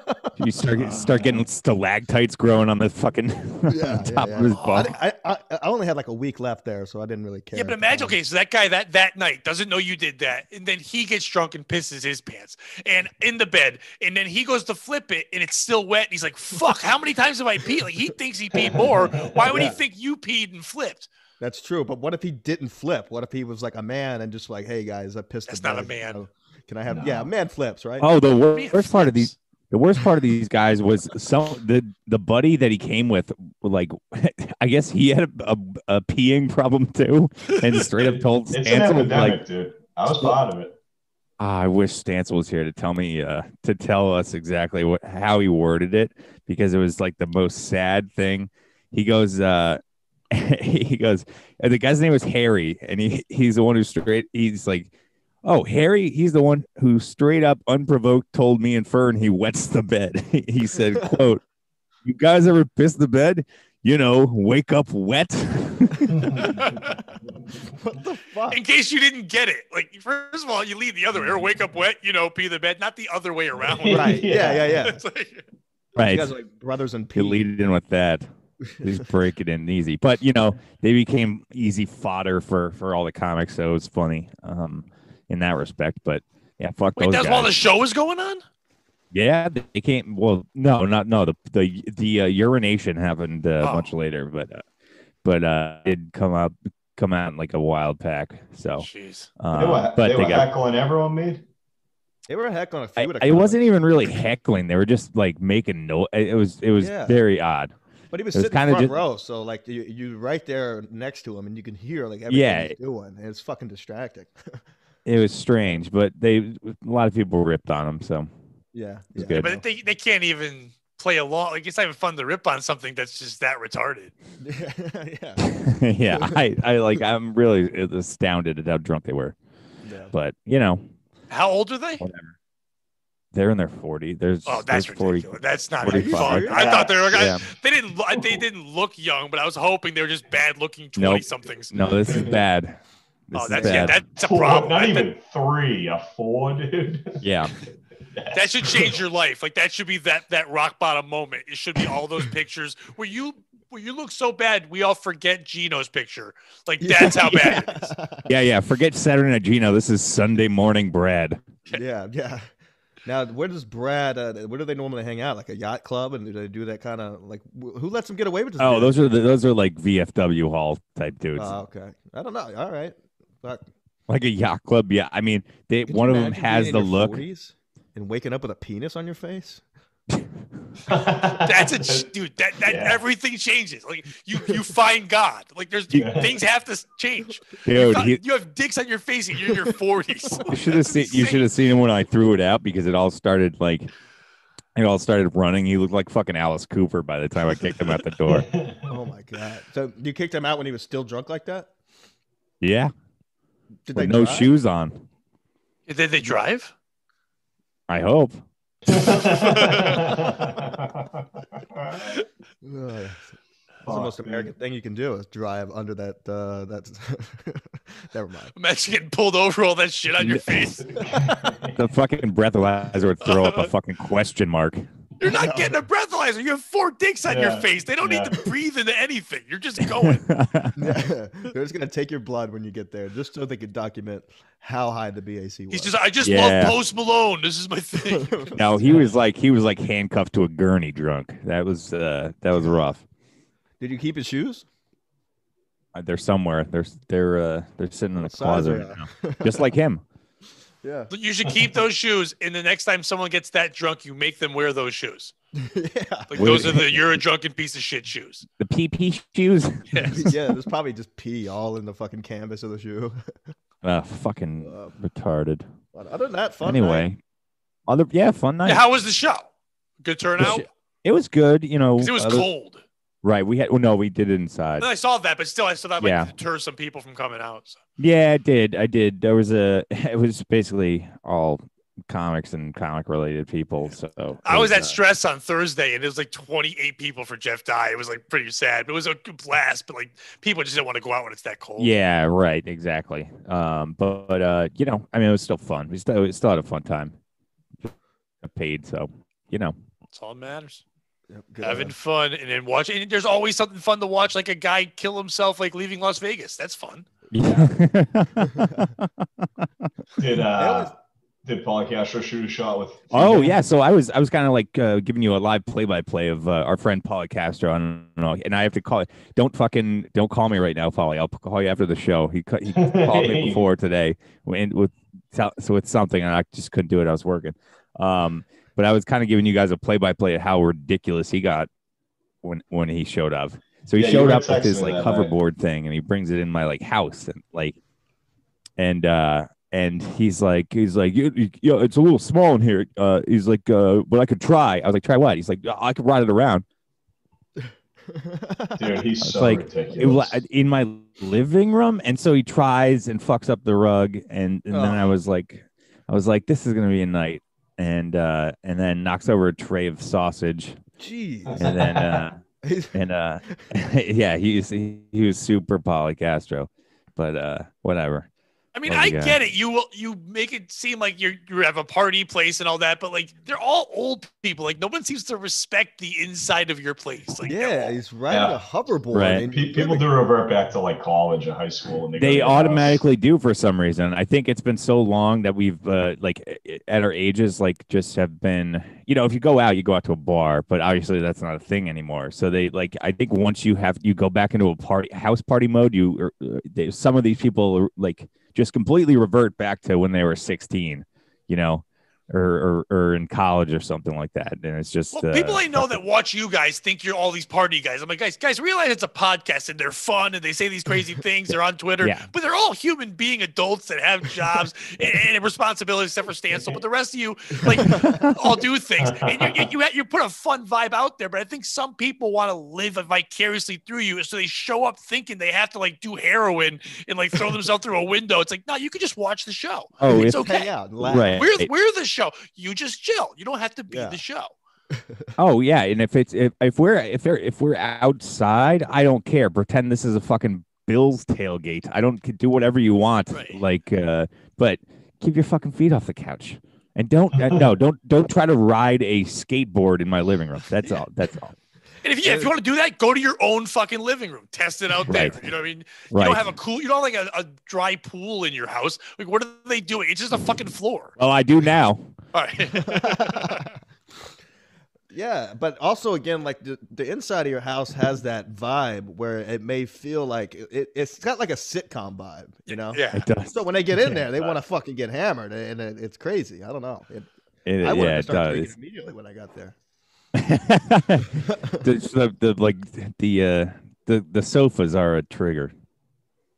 S3: You start get- start getting stalactites growing on the fucking on
S1: Yeah, yeah,
S3: top
S1: yeah.
S3: of his
S1: I,
S3: bunk.
S1: I, I I only had like a week left there, so I didn't really care.
S4: Yeah, but
S1: at the
S4: imagine
S1: time.
S4: okay, so that guy that that night doesn't know you did that, and then he gets drunk and pisses his pants, and in the bed, and then he goes to flip it, and it's still wet, and he's like, "Fuck, how many times have I peed?" Like he thinks he peed more. Why would
S1: Yeah.
S4: he think you peed and flipped?
S1: That's true. But what if he didn't flip? What if he was like a man and just like, hey guys, I pissed. the
S4: That's not a
S1: bed, you
S4: man.
S1: know, Can I have?
S2: No.
S1: Yeah, a man flips, right?
S3: Oh, the wor-
S4: Man,
S3: worst part of
S4: flips.
S3: these the worst part of these guys was some the the buddy that he came with like I guess he had a, a, a peeing problem too and straight up told
S2: It's an
S3: Stancil like
S2: epidemic, dude. I was part of it.
S3: Ah, I wish Stancil was here to tell me uh, to tell us exactly what how he worded it because it was like the most sad thing. He goes, uh, he goes. uh, The guy's name was Harry, and he he's the one who straight. He's like, oh Harry, he's the one who straight up unprovoked told me and Fern he wets the bed. he said, "quote You guys ever piss the bed? You know, wake up wet."
S1: what the fuck?
S4: In case you didn't get it, like first of all, you leave the other way or wake up wet, you know, pee the bed, not the other way around.
S1: Right? Yeah, yeah, yeah.
S4: It's like-
S1: You
S3: right.
S1: guys are like brothers and
S3: You
S1: pee.
S3: lead it in with that. Just break it in easy. But you know, they became easy fodder for for all the comics, so it's funny um in that respect. But yeah, fuck
S4: Wait,
S3: those
S4: that's
S3: guys.
S4: while the show was going on.
S3: yeah, they came. Well, no, not no. The the the uh, urination happened uh,
S4: Oh.
S3: much later, but uh, but uh, it come up come out in like a wild pack. So,
S4: Jeez.
S3: uh,
S2: They were,
S3: but
S2: they were
S3: got
S2: heckling everyone, Mead.
S1: They were a heck on a few.
S3: I,
S1: of the
S3: it wasn't e
S1: comics,
S3: even really heckling. They were just like making no. It it was it was
S1: Yeah.
S3: very odd.
S1: but he was
S3: it was
S1: sitting in
S3: kinda
S1: front
S3: just-
S1: row, so like you, you right there next to him, and you can hear like everything
S3: Yeah.
S1: he's doing. And it's fucking distracting.
S3: It was strange, but they a lot of people ripped on him. So
S1: yeah,
S3: It's
S1: yeah.
S3: good.
S4: But they, they can't even play along. Like it's not even fun to rip on something that's just that retarded.
S1: yeah,
S3: yeah, I, I like I'm really astounded at how drunk they were.
S1: yeah.
S3: But you know,
S4: How old are they?
S3: whatever. They're in their 40s. There's
S4: Oh, that's
S3: there's 40
S4: ridiculous. That's not
S3: 45.
S4: fun. I
S2: Yeah.
S4: thought they were.
S3: Yeah.
S4: They didn't. lo- They didn't look young, but I was hoping they were just bad looking
S3: Nope.
S4: twenty somethings.
S3: No, this is bad. This
S4: Oh,
S3: is
S4: that's yeah,
S3: bad.
S4: that's a
S2: Four-
S4: problem.
S2: Not
S4: That,
S2: even three, a four, dude.
S3: yeah.
S4: that- that should change your life. Like that should be that that rock bottom moment. It should be all those pictures where you where you look so bad we all forget Gino's picture. Like that's how bad. it is.
S3: Yeah, yeah. Forget Saturday Night Gino. This is Sunday morning Brad.
S1: yeah, yeah. Now, where does Brad? Uh, where do they normally hang out? Like a yacht club, and do they do that kind of like? wh- Who lets them get away with this?
S3: Oh,
S1: beer?
S3: those are the, those are like VFW hall type dudes.
S1: Oh, okay. I don't know. All right. Fuck.
S3: like a yacht club. Yeah. I mean, they
S1: Could you
S3: one of them
S1: imagine
S3: has
S1: being
S3: the
S1: in your
S3: look.
S1: 40s and waking up with a penis on your face.
S4: That's a ch- dude. That that
S2: Yeah.
S4: everything changes. Like you you find God. Like there's
S2: Yeah.
S4: things have to s- change.
S3: Dude,
S4: God,
S3: he,
S4: you have dicks on your face and you're in your forties.
S3: You should have seen. You should have seen him when I threw it out because it all started like it all started running. He looked like fucking Alice Cooper by the time I kicked him out the door.
S1: Oh my god! So you kicked him out when he was still drunk like that?
S3: Yeah,
S1: Did
S3: with no
S1: try?
S3: shoes on.
S4: Did they drive?
S3: I hope.
S1: Ugh, That's the most American thing you can do is drive under that. Uh, that's never mind.
S4: Imagine getting pulled over all that shit on your face.
S3: The fucking breathalyzer would throw up a fucking question mark.
S4: You're not getting a breathalyzer. You have four dicks on your
S2: Yeah,
S4: face. They don't
S2: yeah.
S4: need to breathe into anything. You're just
S1: Oh,
S4: going.
S1: They're just gonna take your blood when you get there, just so they could document how high the BAC was.
S4: He's just. I just
S3: Yeah.
S4: love Post Malone. This is my thing.
S3: no, he was like he was like handcuffed to a gurney drunk. That was uh that was rough.
S1: Did you keep his shoes?
S3: Uh, They're somewhere. They're they're uh they're sitting in a
S1: What size
S3: closet
S1: are
S3: right now. Just like him.
S1: Yeah.
S4: You should keep those shoes. And the next time someone gets that drunk, you make them wear those shoes.
S1: yeah.
S4: Like
S3: Wait.
S4: those are the you're a drunken piece of shit shoes.
S3: The PP shoes.
S4: Yes.
S1: yeah, there's probably just pee all in the fucking canvas of the shoe.
S3: Uh fucking
S1: Uh,
S3: retarded.
S1: but other than that, fun.
S3: anyway.
S1: night.
S3: Other yeah, fun night.
S4: Yeah, how was the show? Good
S3: The
S4: turnout.
S3: sh- it was good, you know.
S4: 'Cause it was
S3: other-
S4: cold.
S3: Right. We had well, no, we did it inside.
S4: And I saw that, but still, I still that might
S3: Yeah.
S4: deter some people from coming out. So.
S3: Yeah, I did. I did. There was a. It was basically all comics and comic related people. So
S4: I
S3: it
S4: was at
S3: uh,
S4: stress on Thursday, and it was like 28 people for Jeff Dye. It was like pretty sad, but it was a good blast. But like people just didn't want to go out when it's that cold.
S3: Yeah. Right. Exactly. Um. But, but, uh. You know. I mean, it was still fun. We still we still had a fun time. I paid. So you know.
S4: that's all that matters.
S1: Yep, good
S4: Having
S1: night.
S4: fun and then watching. And there's always something fun to watch, like a guy kill himself, like leaving Las Vegas. That's fun.
S3: Yeah.
S2: Did
S1: always-
S2: uh, did Pauly Castro shoot a shot with?
S3: oh yeah. So I was I was kind of like uh, giving you a live play by play of uh, our friend Polly Castro. I don't know. And I have to call it. Don't fucking don't call me right now, Polly. I'll call you after the show. He cu- he called me before today and with so so it's something and I just couldn't do it. I was working. Um, but I was kind of giving you guys a play by play of how ridiculous he got when when he showed up. So he
S2: Yeah, you
S3: showed
S2: were
S3: up with
S2: texting
S3: his
S2: me
S3: like
S2: that night.
S3: hoverboard thing and he brings it in my like house and like and uh and he's like he's like you, you, you know, it's a little small in here. Uh, he's like, uh, but I could try. I was like, try what? He's like, I could ride it around.
S2: dude, he's
S3: It's
S2: so
S3: like- It was
S2: ridiculous.
S3: in my living room and so he tries and fucks up the rug and, and then i
S1: Oh.
S3: was like i was like this is gonna be a night and uh and then knocks over a tray of sausage
S1: Jeez.
S3: and then uh
S1: He's-
S3: and uh yeah he's he, he was super Pauly Castro, but uh whatever
S4: I mean,
S3: Oh,
S4: I
S3: yeah.
S4: get it. You will you make it seem like you're you have a party place and all that, but like they're all old people. Like no one seems to respect the inside of your place. Like at
S1: yeah,
S4: all.
S1: he's riding
S2: Yeah.
S1: a hoverboard.
S3: Right.
S1: and
S2: Pe- people do revert back to like college or high school, and they, go to
S3: they
S2: their house.
S3: automatically do for some reason i think it's been so long that we've uh, like i- at our ages like just have been you know if you go out you go out to a bar but obviously that's not a thing anymore so they like i think once you have you go back into a party house party mode you or, uh, they, some of these people like just completely revert back to when they were 16 you know or, or, or in college or something like that and it's just
S4: Well,
S3: uh,
S4: people I know that watch you guys think you're all these party guys. I'm like, guys, guys, realize it's a podcast and they're fun and they say these crazy things. They're on Twitter,
S3: Yeah.
S4: but they're all human being adults that have jobs and, and responsibilities except for Stancil. But the rest of you, like, all do things. And you, you, you, you put a fun vibe out there, but I think some people want to live vicariously through you. So they show up thinking they have to, like, do heroin and, like, throw themselves through a window. It's like, no, you can just watch the show.
S3: oh
S4: it's
S3: it's
S4: okay.
S1: Hang out, and laugh.
S3: right
S4: We're, we're the show. You just chill. You don't have to be
S1: Yeah.
S4: the show.
S3: Oh yeah, and if it's if, if we're if they're if we're outside, I don't care. Pretend this is a fucking Bills tailgate. I don't do whatever you want.
S4: Right.
S3: Like, uh, but keep your fucking feet off the couch and don't uh, no don't don't try to ride a skateboard in my living room. That's all. That's all.
S4: And if you, if you want to do that, go to your own fucking living room. Test it out there.
S3: Right.
S4: You know what I mean?
S3: Right.
S4: You don't have a cool, you don't have like a, a dry pool in your house. Like, what are they doing? It's just a fucking floor.
S3: well, I do now.
S4: All right.
S1: Yeah, but also again, like the, the inside of your house has that vibe where it may feel like it, it, it's got like a sitcom vibe, you know.
S4: yeah.
S3: It does.
S1: So when they get in
S3: Yeah.
S1: there, they want to fucking get hammered, and it, it's crazy. I don't know. It,
S3: It-
S1: I wanted
S3: yeah,
S1: to
S3: it
S1: start
S3: does.
S1: drinking immediately when I got there.
S3: the, the, the like the uh the the sofas are a trigger.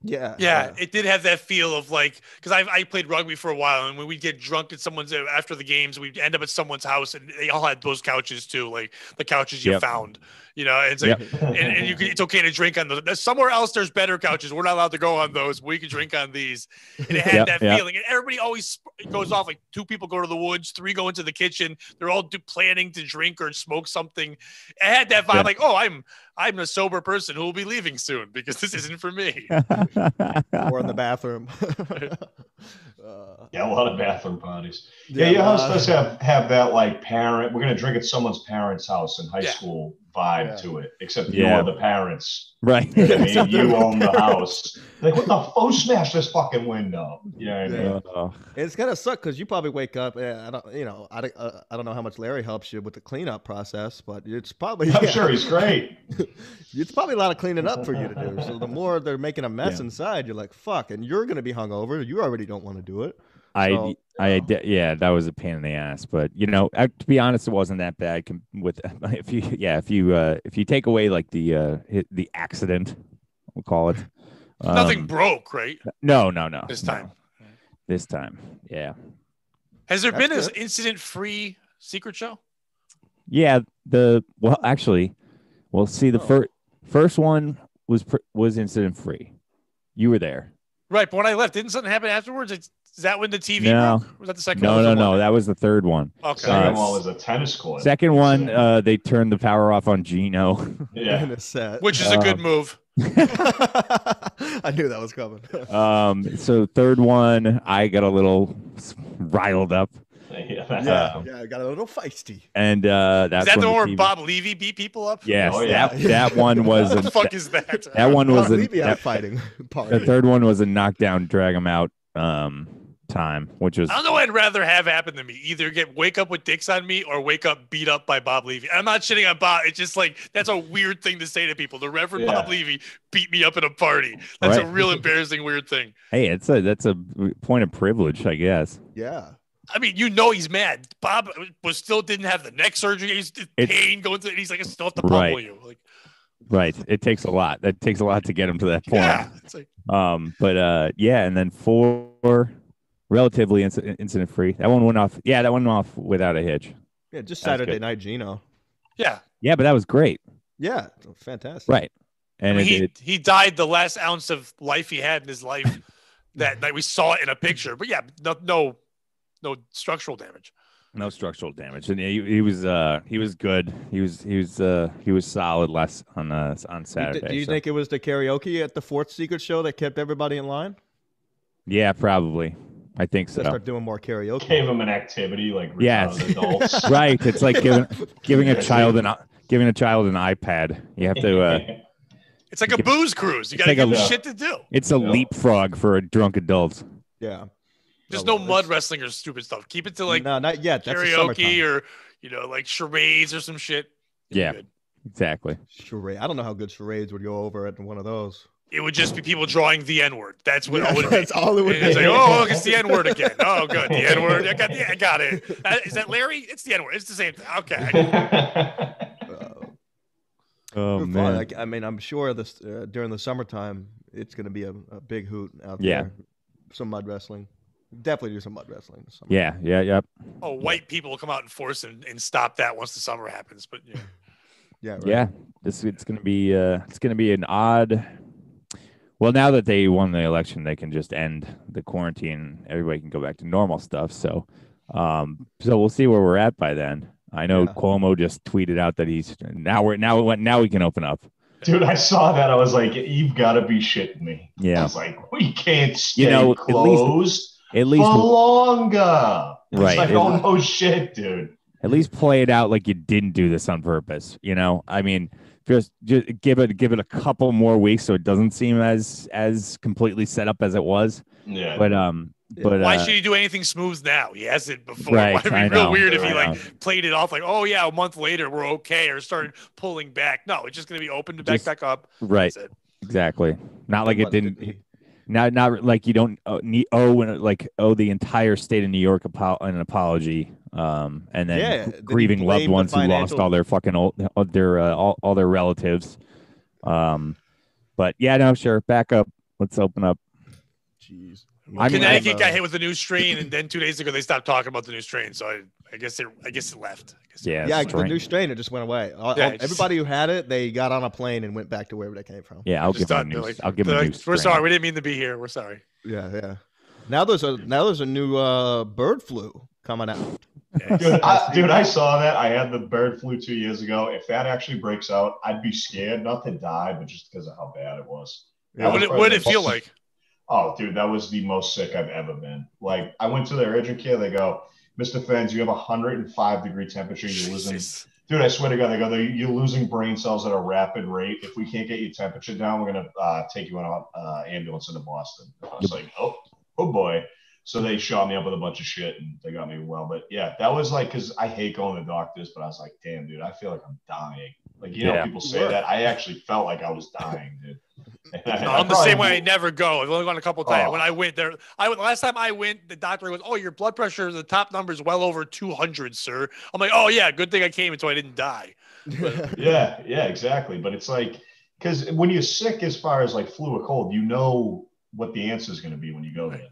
S1: Yeah,
S3: uh,
S4: Yeah, it did have that feel of like because I I played rugby for a while, and when we'd get drunk at someone's after the games, we'd end up at someone's house, and they all had those couches too, like the couches you
S3: Yep.
S4: found, you know. And it's like, and, and you can, it's okay to drink on those. There's Somewhere else, there's better couches. We're not allowed to go on those. We can drink on these. And it had
S3: Yep,
S4: that
S3: yep.
S4: feeling. And everybody always sp- goes off like two people go to the woods, three go into the kitchen. They're all do, planning to drink or smoke something. I had that vibe,
S3: Yeah.
S4: like, oh, I'm I'm a sober person who will be leaving soon because this isn't for me.
S1: or in the bathroom. Uh,
S2: Yeah, a lot of bathroom parties. Yeah, your house
S1: uh,
S2: does have have that like parent. We're gonna drink at someone's parents' house in high
S4: Yeah.
S2: school vibe
S1: Yeah.
S2: to it, except
S3: Yeah.
S2: you're the parents.
S3: Right.
S2: You know what I mean?
S1: Something
S2: you
S1: about
S2: own the
S1: parents.
S2: house. Like, what the f- who smashed this fucking window? You know what I mean?
S3: Oh,
S1: It's gonna suck because you probably wake up. And I don't, you know, I, don't- uh, I don't know how much Larry helps you with the cleanup process, but it's probably
S2: I'm
S1: yeah,
S2: sure he's great.
S1: it's probably a lot of cleaning up for you to do. So the more they're making a mess
S3: Yeah.
S1: inside, you're like, fuck, and you're gonna be hungover. You already don't want to do it.
S3: I,
S1: So-
S4: Oh.
S3: I, de- yeah, that was a pain in the ass, but you know, I, to be honest, it wasn't that bad. com- With if you, yeah, if you, uh, if you take away like the, uh, hi- the accident, we'll call it.
S4: Nothing
S3: um,
S4: broke, right?
S3: No, no, no.
S4: This
S3: no.
S4: time.
S3: This time, yeah,
S4: Has there
S1: That's
S4: been an
S1: good.
S4: incident-free secret show?
S3: yeah. The well, actually, we'll see. The
S1: Oh.
S3: first first one was pr- was incident free. You were there.
S4: Right, but when I left, didn't something happen afterwards? It's, is that when the TV
S3: No.
S4: broke? Was that the second
S3: No,
S4: one?
S3: no, no. That was the third one.
S4: Okay.
S2: Second
S3: Uh,
S2: one was a tennis court.
S3: Second one, uh, they turned the power off on Gino.
S2: yeah.
S1: In a set.
S4: Which is a good
S3: um,
S4: move.
S1: I knew that was coming.
S2: Uh,
S3: Um, so third one, I got a little riled up,
S2: um,
S1: yeah, yeah, I got a little feisty.
S3: and uh,
S4: Is
S3: that's
S4: that
S3: when
S4: the one where
S3: TV
S4: Bob Levy beat people up?
S3: Yes,
S2: Oh, yeah.
S3: that that one was
S4: What
S3: a,
S4: the fuck is that?
S3: that one was a,
S1: Leave me out
S3: that-
S1: fighting
S3: the
S1: party.
S3: third one was a knockdown, drag him out um, time, which was
S4: I don't know what I'd rather have happen to me. Either get wake up with dicks on me or wake up beat up by Bob Levy. I'm not shitting on Bob. It's just like that's a weird thing to say to people. The Reverend
S2: Yeah.
S4: Bob Levy beat me up at a party. That's a
S3: Right.
S4: real embarrassing weird thing.
S3: hey, it's a that's a point of privilege, I guess.
S1: Yeah.
S4: I mean, you know he's mad. Bob was still didn't have the neck surgery. He's in
S3: It's-
S4: pain going through. He's like, I still have to
S3: Right.
S4: pummel you. Like,
S3: Right, it takes a lot. That takes a lot to get him to that point.
S4: yeah. It's like,
S3: Um, but uh, yeah, and then four, relatively inc- incident free. That one went off. Yeah, that one went off without a hitch.
S1: Yeah, just
S3: That's
S1: Saturday
S3: good.
S1: night Gino.
S4: yeah.
S3: Yeah, but that was great.
S1: Yeah, fantastic.
S3: Right.
S4: I
S3: And
S4: mean,
S3: it,
S4: he,
S3: it-
S4: he died the last ounce of life he had in his life that night. We saw it in a picture, but yeah, no, no, no structural damage.
S3: no structural damage, and he, he was uh he was good. He was he was uh he was solid last on uh on
S1: You d-
S3: Saturday.
S1: do you
S3: so-
S1: think it was the karaoke at the fourth secret show that kept everybody in line?
S3: Yeah, probably. I think
S1: So
S3: so.
S1: start doing more karaoke.
S2: Gave him an activity like
S3: Yes.
S2: retarded adults.
S3: right. It's like giving giving a
S2: Yes.
S3: child an i- giving a child an iPad. You have to. uh
S4: It's like a
S3: Give-
S4: booze cruise. You got to
S3: take a
S4: give him
S2: look.
S4: shit to do.
S3: It's a
S2: Yeah.
S3: leapfrog for a drunk adults.
S1: Yeah.
S4: Just
S1: Oh,
S4: no
S1: well,
S4: mud
S1: it's-
S4: wrestling or stupid stuff. Keep it to like
S1: no, not yet. That's
S4: karaoke
S1: karaoke.
S4: or you know, like charades or some shit. It'd be
S3: Yeah.
S4: good.
S3: Exactly.
S1: Charade. I don't know how good charades would go over at one of those.
S4: It would just be people drawing the N word. That's what it would be.
S1: That's all it would
S4: And it's
S1: be.
S4: like, oh, look, it's the N word again. Oh, good, the N word. I got, yeah, I got it. Uh, Is that Larry? It's the N word. It's the same. thing. Okay, I
S1: Uh,
S3: Oh
S1: fun.
S3: man.
S1: Uh, Like, I mean, I'm sure this uh, during the summertime it's going to be a, a big hoot out
S3: Yeah.
S1: there. Some mud wrestling. Definitely do some mud wrestling. in the summer.
S3: yeah. Yeah. Yep.
S4: Oh, white people will come out and force and, and stop that once the summer happens. But yeah.
S1: Yeah. Right.
S3: Yeah, this it's gonna be uh, it's gonna be an odd. Well, now that they won the election, they can just end the quarantine. Everybody can go back to normal stuff. So, um, so we'll see where we're at by then. I know
S1: Yeah.
S3: Cuomo just tweeted out that he's now we're now we now we can open up.
S2: Dude, I saw that. I was like, "You've got to be shitting me." I
S3: Yeah,
S2: was like, "We can't stay
S3: You know, at least-
S2: closed
S3: at least
S2: for longer."
S3: Right,
S2: It's like,
S3: at
S2: oh
S3: least-
S2: no, shit, dude.
S3: at least play it out like you didn't do this on purpose. You know, I mean, just just give it give it a couple more weeks so it doesn't seem as as completely set up as it was.
S2: Yeah.
S3: But um,
S1: Yeah.
S3: but
S4: Why
S3: uh,
S4: should he do anything smooth now? He hasn't before.
S3: Right,
S4: It'd
S3: I
S4: be real
S3: know,
S4: weird if he
S2: I
S4: like played it off like, oh yeah, a month later we're okay, or started pulling back. No, it's just gonna be open to back
S3: Just-
S4: back up.
S3: right.
S4: That's it.
S3: Exactly. Not like it
S1: But
S3: didn't.
S1: be-
S3: Not not like you don't uh, need owe and like owe the entire state of New York apo- an apology. Um, and then
S1: Yeah,
S3: gr-
S1: then
S3: grieving loved
S1: blame the
S3: ones who lost
S1: financial-
S3: all their fucking old all their uh, all, all their relatives. Um, but yeah, no, sure. Back up. Let's open up.
S1: Jeez.
S3: I mean,
S4: Connecticut
S1: I'm, uh,
S4: got hit with a new strain, and then two days ago they stopped talking about the new strain. So I, I guess it, I guess it left. I guess it-
S3: Yeah.
S1: yeah, the
S3: strange.
S1: new strain it just went away. All-
S4: Yeah,
S1: all-
S4: it just-
S1: everybody who had it, they got on a plane and went back to wherever they came from.
S3: yeah, I'll
S4: just
S3: give him a
S4: done.
S3: new.
S4: They're like-
S3: I'll give him a
S4: they're like,
S3: new.
S4: We're
S3: strain.
S4: sorry, we didn't mean to be here. We're sorry.
S1: Yeah, yeah. Now there's a now there's a new uh, bird flu coming out.
S4: Yeah.
S2: Dude I, dude, I saw that. I had the bird flu two years ago. If that actually breaks out, I'd be scared, not to die, but just because of how bad it was.
S1: Yeah.
S4: what, it- what did it feel like?
S2: Oh, dude, that was the most sick I've ever been. Like, I went to their urgent care. They go, Mr. Fens, you have 105 degree temperature. You're losing.
S4: Jesus.
S2: Dude, I swear to God, they go, you're losing brain cells at a rapid rate. If we can't get your temperature down, we're going to uh, take you on an uh, ambulance into Boston. I was like, oh, oh boy. So they shot me up with a bunch of shit and they got me well. But yeah, that was like, because I hate going to doctors, but I was like, damn, dude, I feel like I'm dying. Like, you know,
S3: Yeah.
S2: people say that. I actually felt like I was dying, dude. And I-
S4: No,
S2: I
S4: I'm the same
S2: probably-
S4: way. I never go. I've only gone a couple times.
S2: Oh.
S4: When I went there, I went last time I went. The doctor was, "Oh, your blood pressure, the top number is well over 200, sir." I'm like, "Oh yeah, good thing I came, and so I didn't die."
S2: yeah, yeah, exactly. But it's like because when you're sick, as far as like flu or cold, you know what the answer is going to be when you go there.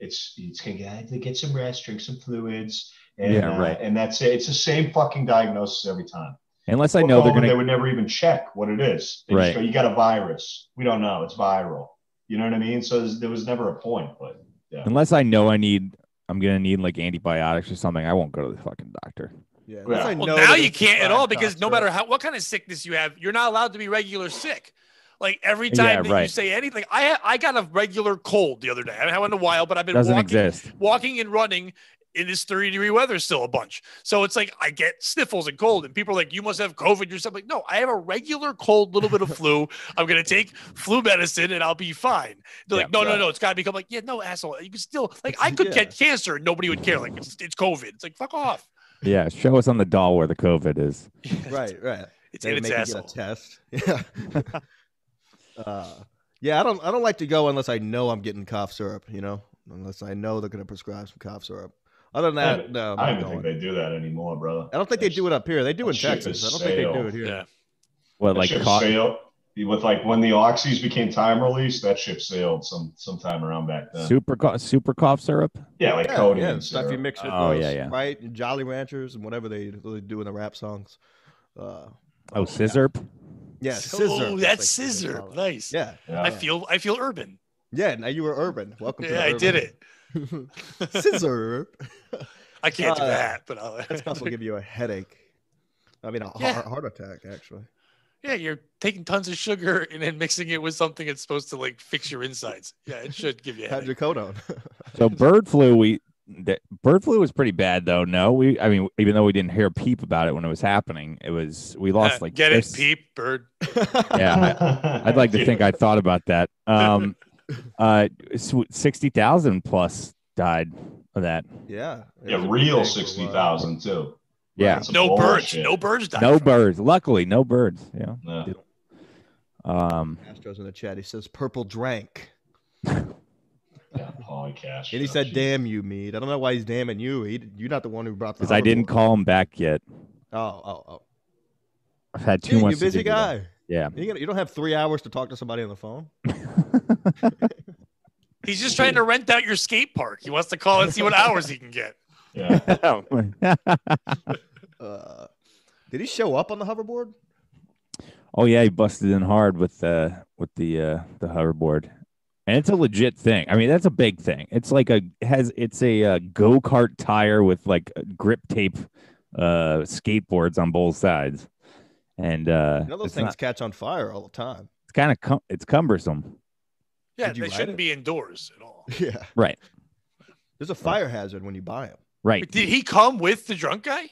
S2: It's it's gonna get, get some rest, drink some fluids, and
S3: Yeah,
S2: uh,
S3: right.
S2: and that's it. It's the same fucking diagnosis every time.
S3: Unless I
S2: With
S3: know they're
S2: COVID, they
S3: gonna.
S2: would never even check what it is. They just
S3: Right.
S2: go, you got a virus. We don't know. It's viral. You know what I mean? So there's- there was never a point. But
S3: Unless I know I need, I'm gonna need like antibiotics or something. I won't go to the fucking doctor.
S1: Yeah.
S2: Well,
S1: unless I
S4: Well,
S1: know
S4: now
S1: that
S4: you
S1: it's
S4: can't at all
S1: five
S4: because
S1: shots,
S4: no
S1: right?
S4: matter how what kind of sickness you have, you're not allowed to be regular sick. Like every time
S3: Yeah,
S4: that you
S3: right.
S4: say anything, I I got a regular cold the other day. I haven't had one in a while, but I've been
S3: Doesn't
S4: walking,
S3: exist.
S4: walking and running in this 30 degree weather still a bunch. So it's like I get sniffles and cold, and people are like, You must have COVID. You're something like, No, I have a regular cold, little bit of flu. I'm gonna take flu medicine and I'll be fine. They're like,
S3: Yeah,
S4: No, no,
S2: right.
S4: no, it's gotta become like, yeah, no, asshole. You can still like
S1: It's-
S4: I could
S1: yeah.
S4: get cancer and nobody would care. Like it's, it's COVID. It's like fuck off.
S3: Yeah, show us on the doll where the COVID is.
S1: Right, right.
S4: It's
S1: They
S4: in
S1: would
S4: its
S1: make you
S4: asshole.
S1: get a test. Yeah. uh, yeah, I don't I don't like to go unless I know I'm getting cough syrup, you know? Unless I know they're gonna prescribe some cough syrup. Other than
S2: Yeah,
S1: that, no, I'm not
S2: I don't even
S1: going.
S2: think they do that anymore, brother.
S1: I don't think they do it up here. They do
S2: That
S1: in
S2: ship
S1: Texas. I
S2: has
S1: don't think they do
S2: sailed.
S1: it here.
S4: Yeah.
S3: What
S2: That
S3: like
S2: ship
S3: co-
S2: sailed with like when the oxys became time release, that ship sailed some sometime around back then.
S3: super co- super cough syrup?
S2: Yeah, like
S1: yeah,
S2: Cody
S1: yeah,
S2: and
S1: stuff you
S2: syrup.
S1: mix with
S3: Oh,
S1: those,
S3: yeah, yeah.
S1: right? and Jolly Ranchers and whatever they they do in the rap songs. Uh,
S3: Oh, scissor.
S1: yeah, scissor.
S4: Oh, that's scissor. Nice.
S1: Yeah,
S2: Yeah.
S4: I feel I feel urban.
S1: yeah. Now you were urban. Welcome. to
S4: yeah, I did it.
S1: it. scissor.
S4: I can't do
S1: Uh,
S4: that, but I'll,
S1: That stuff will give you a headache. I mean, a har-
S4: Yeah.
S1: heart attack, actually.
S4: yeah, you're taking tons of sugar and then mixing it with something that's supposed to like fix your insides. Yeah, it should give you. a headache.
S1: Hydrocodone.
S3: So bird flu, we the, bird flu was pretty bad though. No, we I mean even though we didn't hear a peep about it when it was happening, it was we lost
S4: Uh,
S3: like
S4: get
S3: this-
S4: it, peep bird.
S3: Yeah, I'd like to think I thought about that. Um, uh, sw- sixty thousand plus died of that.
S1: yeah. it was
S2: Yeah,
S1: a
S2: real
S1: big,
S2: sixty
S1: uh,
S2: thousand too.
S3: Yeah,
S2: That's some
S4: No birds.
S2: bullshit.
S4: No birds died.
S3: no
S4: from it.
S3: birds. Luckily, no birds. Yeah.
S2: Yeah.
S3: Um,
S1: Astros in the chat. He says purple drank,
S2: Yeah, Pauly Cash.
S4: Oh,
S1: and he said, "Damn you, Mead." I don't know why he's damning you. He, you're not the one who brought the.
S3: because I didn't
S1: honorable-
S3: call him back yet.
S1: Oh, oh, oh.
S3: I've had two
S1: Dude,
S3: months.
S1: you busy
S3: to do that.
S1: guy.
S3: Yeah.
S1: You, gotta- you don't have three hours to talk to somebody on the phone.
S4: He's just trying to rent out your skate park. He wants to call and see what hours he can get.
S2: Yeah.
S1: Uh, did he show up on the hoverboard?
S3: oh yeah, he busted in hard with uh with the uh the hoverboard, and it's a legit thing. I mean, that's a big thing. It's like a it has it's a uh, go kart tire with like grip tape, uh skateboards on both sides, and uh
S1: You know those
S3: it's,
S1: things
S3: not-
S1: catch on fire all the time.
S3: it's kind of cum- it's cumbersome.
S4: Yeah,
S1: Did you
S4: they
S1: ride
S4: shouldn't
S1: it?
S4: be indoors at all.
S1: Yeah.
S3: Right.
S1: There's a fire hazard when you buy them.
S3: Right?
S4: But Did he come with the drunk guy? I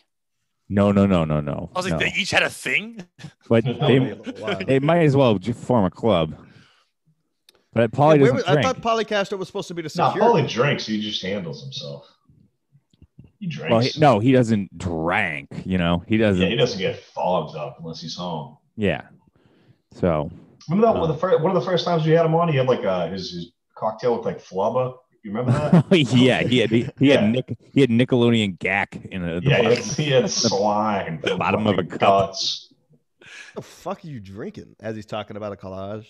S3: No, no, no, no, no.
S4: was
S3: no.
S4: like, they each had a thing.
S3: but they
S1: Hey,
S3: they might as well ju- form a club. But Polly
S1: where
S3: doesn't
S1: was-
S3: drink.
S1: I thought Polycaster was supposed to be the
S2: No,
S1: security.
S2: Pauly drinks. He just handles himself. He drinks.
S3: Well, he, no, he doesn't drank. You know, he doesn't.
S2: Yeah, he doesn't get fogged up unless he's home.
S3: Yeah. So
S2: Remember that one
S3: Uh.
S2: of the first one of the first times we had him on. He had like uh, his, his cocktail with like flubber. You remember that?
S3: yeah, he had he, he
S2: Yeah.
S3: had Nick he had Nickelodeon gack in a, the
S2: yeah, he had,
S3: bottom.
S2: he had slime.
S3: the bottom of a
S2: fucking
S3: cup.
S2: guts.
S1: What the fuck are you drinking? As he's talking about a collage.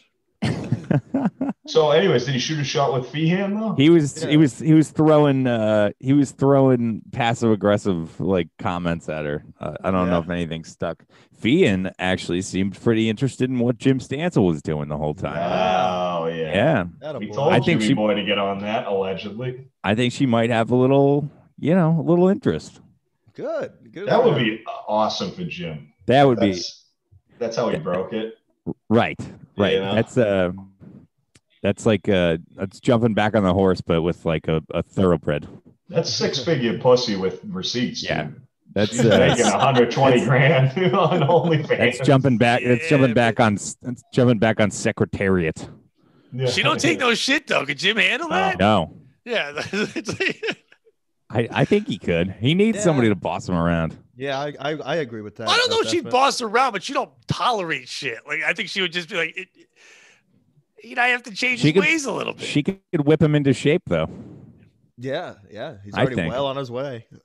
S2: So, anyways, did he shoot a shot with Feehan though?
S3: He was
S1: Yeah.
S3: he was he was throwing uh he was throwing passive aggressive like comments at her. Uh, I don't know
S1: Yeah.
S3: if anything stuck. Fian actually seemed pretty interested in what Jim Stansel was doing the whole time.
S2: oh
S3: Yeah.
S2: yeah.
S1: That
S2: We
S1: boy.
S2: told
S3: I think
S2: Jimmy
S3: she-
S2: Boy to get on that allegedly.
S3: I think she might have a little, you know, a little interest.
S1: good. Good.
S2: That would
S1: for him.
S2: be awesome for Jim.
S3: That would be
S2: That's, that's how he broke it.
S3: right. Right.
S2: Yeah.
S3: That's uh That's like uh that's jumping back on the horse, but with like a, a thoroughbred.
S2: That's six figure pussy with receipts.
S3: Yeah.
S2: dude.
S3: That's
S2: She's
S3: uh,
S2: making
S3: that's,
S2: 120 grand on OnlyFans.
S3: that's jumping back. That's
S4: Yeah,
S3: jumping back on. That's jumping back on Secretariat.
S2: Yeah.
S4: She don't take no shit though. Could Jim handle that?
S3: No,
S4: Yeah. It's like-
S3: I, I think he could. He needs
S1: Yeah.
S3: somebody to boss him around.
S1: Yeah, I, I, I agree with that.
S4: I don't know if she'd
S1: assessment.
S4: boss around, but she don't tolerate shit. Like I think she would just be like, it, it- you know, I have to change
S3: She
S4: his
S3: could-
S4: ways a little bit.
S3: She could whip him into shape, though.
S1: Yeah, yeah, he's
S3: I
S1: already
S3: think.
S1: well on his way.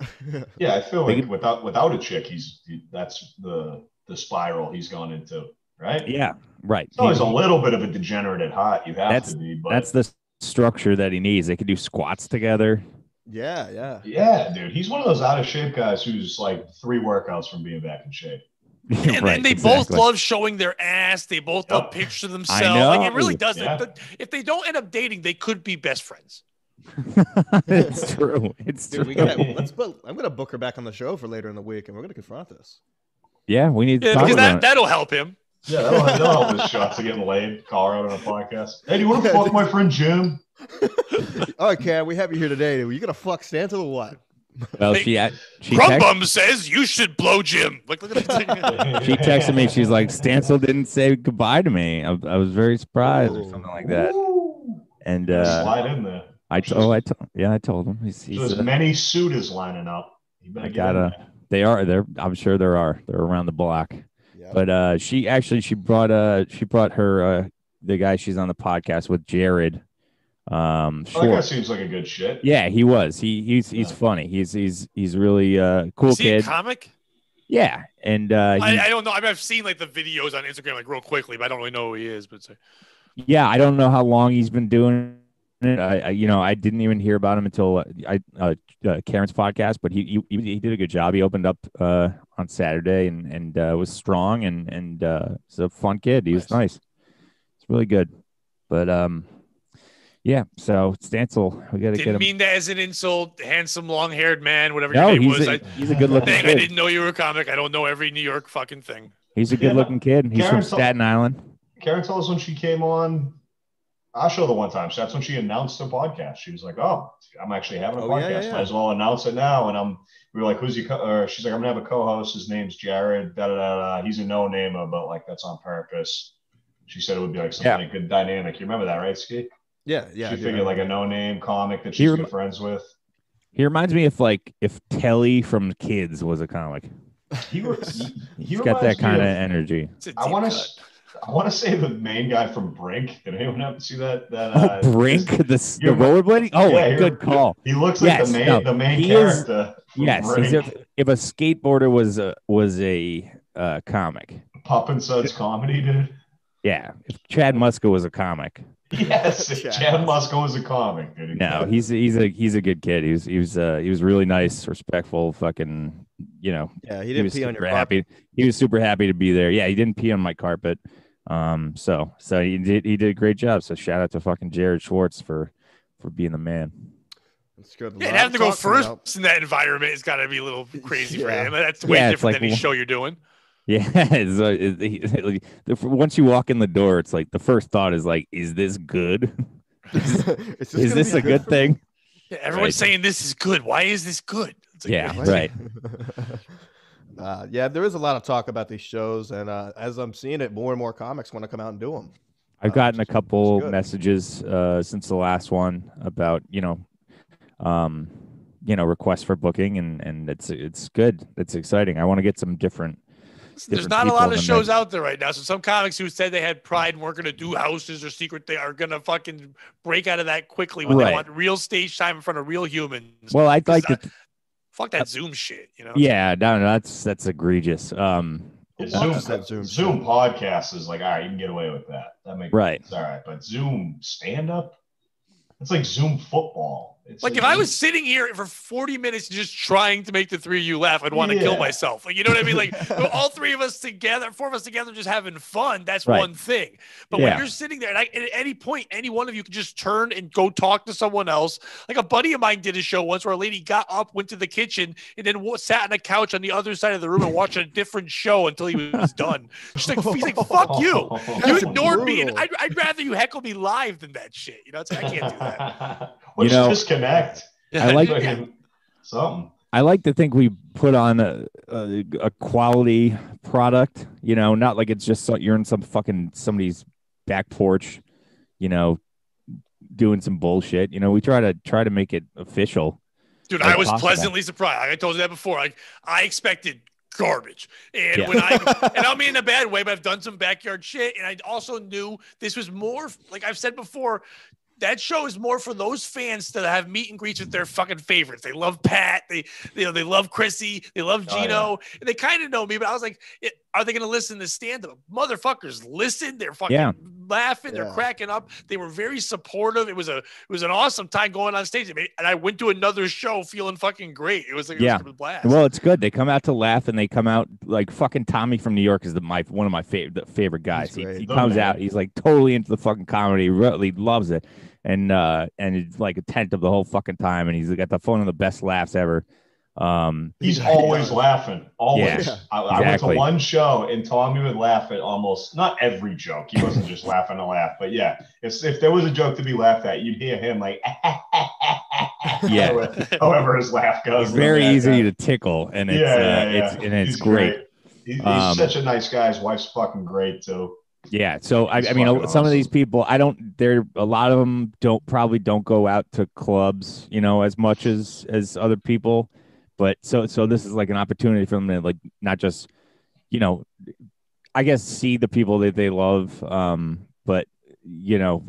S2: Yeah, I feel
S3: They
S2: like
S3: could-
S2: without without a chick, he's he, that's the the spiral he's gone into, right?
S3: Yeah, right.
S2: It's always
S3: He-
S2: a little bit of a degenerate at hot. You have
S3: That's-
S2: to be, but
S3: that's the structure that he needs. They could do squats together.
S1: yeah, yeah.
S2: yeah, dude, he's one of those out of shape guys who's like three workouts from being back in shape.
S4: and,
S3: Right,
S4: and they
S3: exactly.
S4: both love showing their ass. They both
S2: Yep.
S4: love pictures of themselves. Like it really
S3: know.
S4: doesn't.
S2: Yeah.
S4: But if they don't end up dating, they could be best friends.
S3: it's true. It's true.
S1: Dude, we gotta, let's put, I'm gonna book her back on the show for later in the week, and we're gonna confront this.
S3: yeah, we need to
S4: Yeah,
S3: talk
S4: because
S3: about
S4: that,
S3: it.
S4: that'll help him.
S2: Yeah, that'll, that'll help his shots of getting laid. Colorado on a podcast. Hey, do you want to fuck my friend Jim?
S1: All right, Cam, we have you here today. Are you gonna fuck Santa or what?
S3: Well, she act- she
S4: Crumbum
S3: text,
S4: says you should blow Jim. Like look at that.
S3: she texted me. She's like, Stancil didn't say goodbye to me. I, I was very surprised, or
S1: Ooh.
S3: something like that.
S2: Ooh.
S3: And uh,
S2: Slide in there.
S3: I t- oh I told yeah I told him. He's, he's,
S2: So as
S3: uh,
S2: many suitors lining up. You better
S3: I
S2: get in
S3: gotta-
S2: there.
S3: they are there. I'm sure there are. They're around the block.
S1: Yeah.
S3: But uh, she actually she brought uh she brought her uh the guy she's on the podcast with Jared. Um,
S4: Oh,
S2: Well, that guy
S3: Schwartz.
S2: seems like a good shit.
S3: Yeah, he was. He he's he's
S2: Yeah.
S3: funny. He's he's he's really uh cool
S4: Is he a
S3: kid.
S4: comic?
S3: yeah, and uh, he-
S4: I, I don't know. I mean, I've seen like the videos on Instagram like real quickly, but I don't really know who he is. But it's like-
S3: yeah, I don't know how long he's been doing it. I, I you know I didn't even hear about him until uh, I uh, uh, Karen's podcast, but he, he he did a good job. He opened up uh on Saturday and and uh, was strong and and uh, was a fun kid. He was nice. It's really good, but um. Yeah, so Stancil, we got to get
S4: didn't
S3: him.
S4: mean that as an insult. Handsome, long-haired man, whatever
S3: no,
S4: your name
S3: he's
S4: was.
S3: a,
S4: I
S3: he's a good looking
S4: dang, I
S3: kid.
S4: didn't know you were a comic. I don't know every New York fucking thing.
S3: He's a good looking kid. and He's
S2: Karen
S3: from
S2: told-
S3: Staten Island.
S2: Karen told us when she came on our show the one time. So that's when she announced her podcast. She was like, "Oh, I'm actually having a
S1: Oh, yeah,
S2: podcast.
S1: yeah, yeah.
S2: Might as well announce it now." And I'm, we were like, "Who's your?" Co-? Or she's like, "I'm gonna have a co-host. His name's Jared. Da da da da. He's a no-namer, but like that's on purpose." She said it would be like something like good dynamic. You remember that, right, Ski?
S1: Yeah, yeah. I
S2: she
S1: do
S2: figured
S1: remember
S2: like a
S1: that.
S2: no-name comic that
S3: He
S2: she's
S3: rem-
S2: good friends with.
S3: He reminds me if like if Telly from Kids was a comic.
S2: He was.
S3: He's got that kind of energy.
S4: It's a
S2: I
S4: deep
S2: want
S4: cut.
S2: to. I want to say the main guy from Brink. Did anyone ever see that? That uh,
S3: oh, Brink, the, s- the
S2: you're-
S3: rollerblading. Oh,
S2: yeah, you're-
S3: good call.
S2: He looks like
S3: Yes,
S2: the main,
S3: no,
S2: the main
S3: he is-
S2: character. from
S3: Yes,
S2: Brink.
S3: as if, if a skateboarder was a was a uh, comic.
S2: Poppin' Suds comedy, dude.
S3: Yeah, if Chad Muska was a comic.
S2: Yes,
S1: Chad.
S2: Chad Musko is a comic, dude.
S3: No, he's he's a he's a good kid. He was he was uh, he was really nice, respectful, fucking. You know,
S1: Yeah, he
S3: he,
S1: didn't
S3: was
S1: pee on
S3: super
S1: your
S3: happy. He was super happy to be there. Yeah, he didn't pee on my carpet. Um, so so he did he did a great job. So shout out to fucking Jared Schwartz for for being the man.
S1: It's good.
S4: Yeah, and having to go first in that environment has got to be a little crazy
S1: Yeah.
S4: for him. That's way
S3: Yeah, it's
S4: different
S3: like
S4: than any
S3: one-
S4: show you're doing.
S3: Yeah, it's, uh, it- he- like, the f- once you walk in the door, it's like the first thought is like, is this good?
S1: is
S3: is this a good thing?
S4: Yeah, everyone's
S3: Right.
S4: saying this is good. Why is this good? It's like-
S3: Yeah,
S1: Right.
S3: right.
S1: uh, yeah, there is a lot of talk about these shows, and uh, as I'm seeing it, more and more comics want to come out and do them.
S3: I've
S1: Uh,
S3: gotten a
S1: which is- which is
S3: couple
S1: good.
S3: messages uh, since the last one about you know, um, you know, requests for booking, and and it's it's good. It's exciting. I want to get some different.
S4: There's
S3: different
S4: not a lot
S3: people
S4: of
S3: in
S4: shows
S3: there.
S4: out there right now. So some comics who said they had pride and weren't going to do houses or secret, they are going to fucking break out of that quickly when
S3: Right.
S4: they want real stage time in front of real humans.
S3: Well, I'd like
S4: I-
S3: to.
S4: Fuck that Zoom shit, you know?
S3: Yeah, no, no, that's that's egregious. Um,
S2: His
S1: Wow.
S2: Zoom,
S1: That Zoom
S2: Zoom, podcast is like, all right, you can get away with that. That makes
S3: right.
S2: it's all right, but Zoom stand up, it's like Zoom football. It's
S4: Like
S2: a-
S4: if I was sitting here for 40 minutes just trying to make the three of you laugh, I'd want to kill
S2: Yeah.
S4: myself. Like you know what I mean? Like we're all three of us together, four of us together, just having fun. That's
S3: Right.
S4: one thing. But
S3: Yeah.
S4: when you're sitting there, and I, and at any point, any one of you can just turn and go talk to someone else. Like a buddy of mine did a show once where a lady got up, went to the kitchen, and then wa- sat on a couch on the other side of the room and watched a different show until he was done. She's like, he's like, fuck you. You
S1: That's
S4: ignored me, and
S1: brutal.
S4: I'd, I'd rather you heckle me live than that shit. You know, it's like, I can't do that.
S2: Well,
S3: You
S2: just
S3: know-
S2: disconnect.
S3: I like-
S4: Yeah.
S2: Fucking Something.
S3: I like to think we put on a, a, a quality product, you know, not like it's just so, you're in some fucking somebody's back porch, you know, doing some bullshit. You know, we try to try to make it official.
S4: Dude,
S3: Like
S4: I was
S3: Pasta.
S4: pleasantly surprised. Like I told you that before. Like I expected garbage, and
S3: Yeah.
S4: when I and I don't mean in a bad way, but I've done some backyard shit, and I also knew this was more. Like I've said before, that show is more for those fans that have meet and greets with their fucking favorites. They love Pat. They you know they love Chrissy. They love
S2: Oh, yeah.
S4: Gino. And they kind of know me, but I was like, "Eh, are they going to listen to stand up? Motherfuckers, listen. They're fucking
S3: Yeah.
S4: laughing. They're
S1: Yeah.
S4: cracking up. They were very supportive. It was a it was an awesome time going on stage. I mean, And I went to another show feeling fucking great. It was like
S3: Yeah.
S4: it was a blast.
S3: Well, it's good. They come out to laugh and they come out like fucking Tommy from New York is the my one of my favorite favorite guys. He,
S1: great.
S3: he
S2: The
S3: comes
S2: man.
S3: out, he's like totally into the fucking comedy, really loves it. And uh and it's like a tent of the whole fucking time and he's got the one of the best laughs ever. Um
S2: He's
S1: Yeah.
S2: always laughing. Always.
S1: Yeah.
S2: I, I went
S3: Exactly.
S2: to one show and Tommy would laugh at almost not every joke. He wasn't just laughing to laugh, but yeah, if, if there was a joke to be laughed at, you'd hear him like,
S3: Yeah.
S2: however- however his laugh goes.
S3: very
S2: Yeah,
S3: easy
S2: yeah.
S3: to tickle and it's
S2: Yeah,
S3: uh,
S2: yeah, yeah.
S3: it's and it's
S2: He's
S3: great.
S2: He- He's
S3: Um,
S2: such a nice guy. His wife's fucking great too.
S3: Yeah. So I,
S2: It's
S3: I mean,
S2: fucking
S3: a- some of
S2: awesome.
S3: these people, I don't. They're a lot of them don't probably don't go out to clubs, you know, as much as as other people. But so so this is like an opportunity for them to like not just, you know, I guess see the people that they love, um, but you know,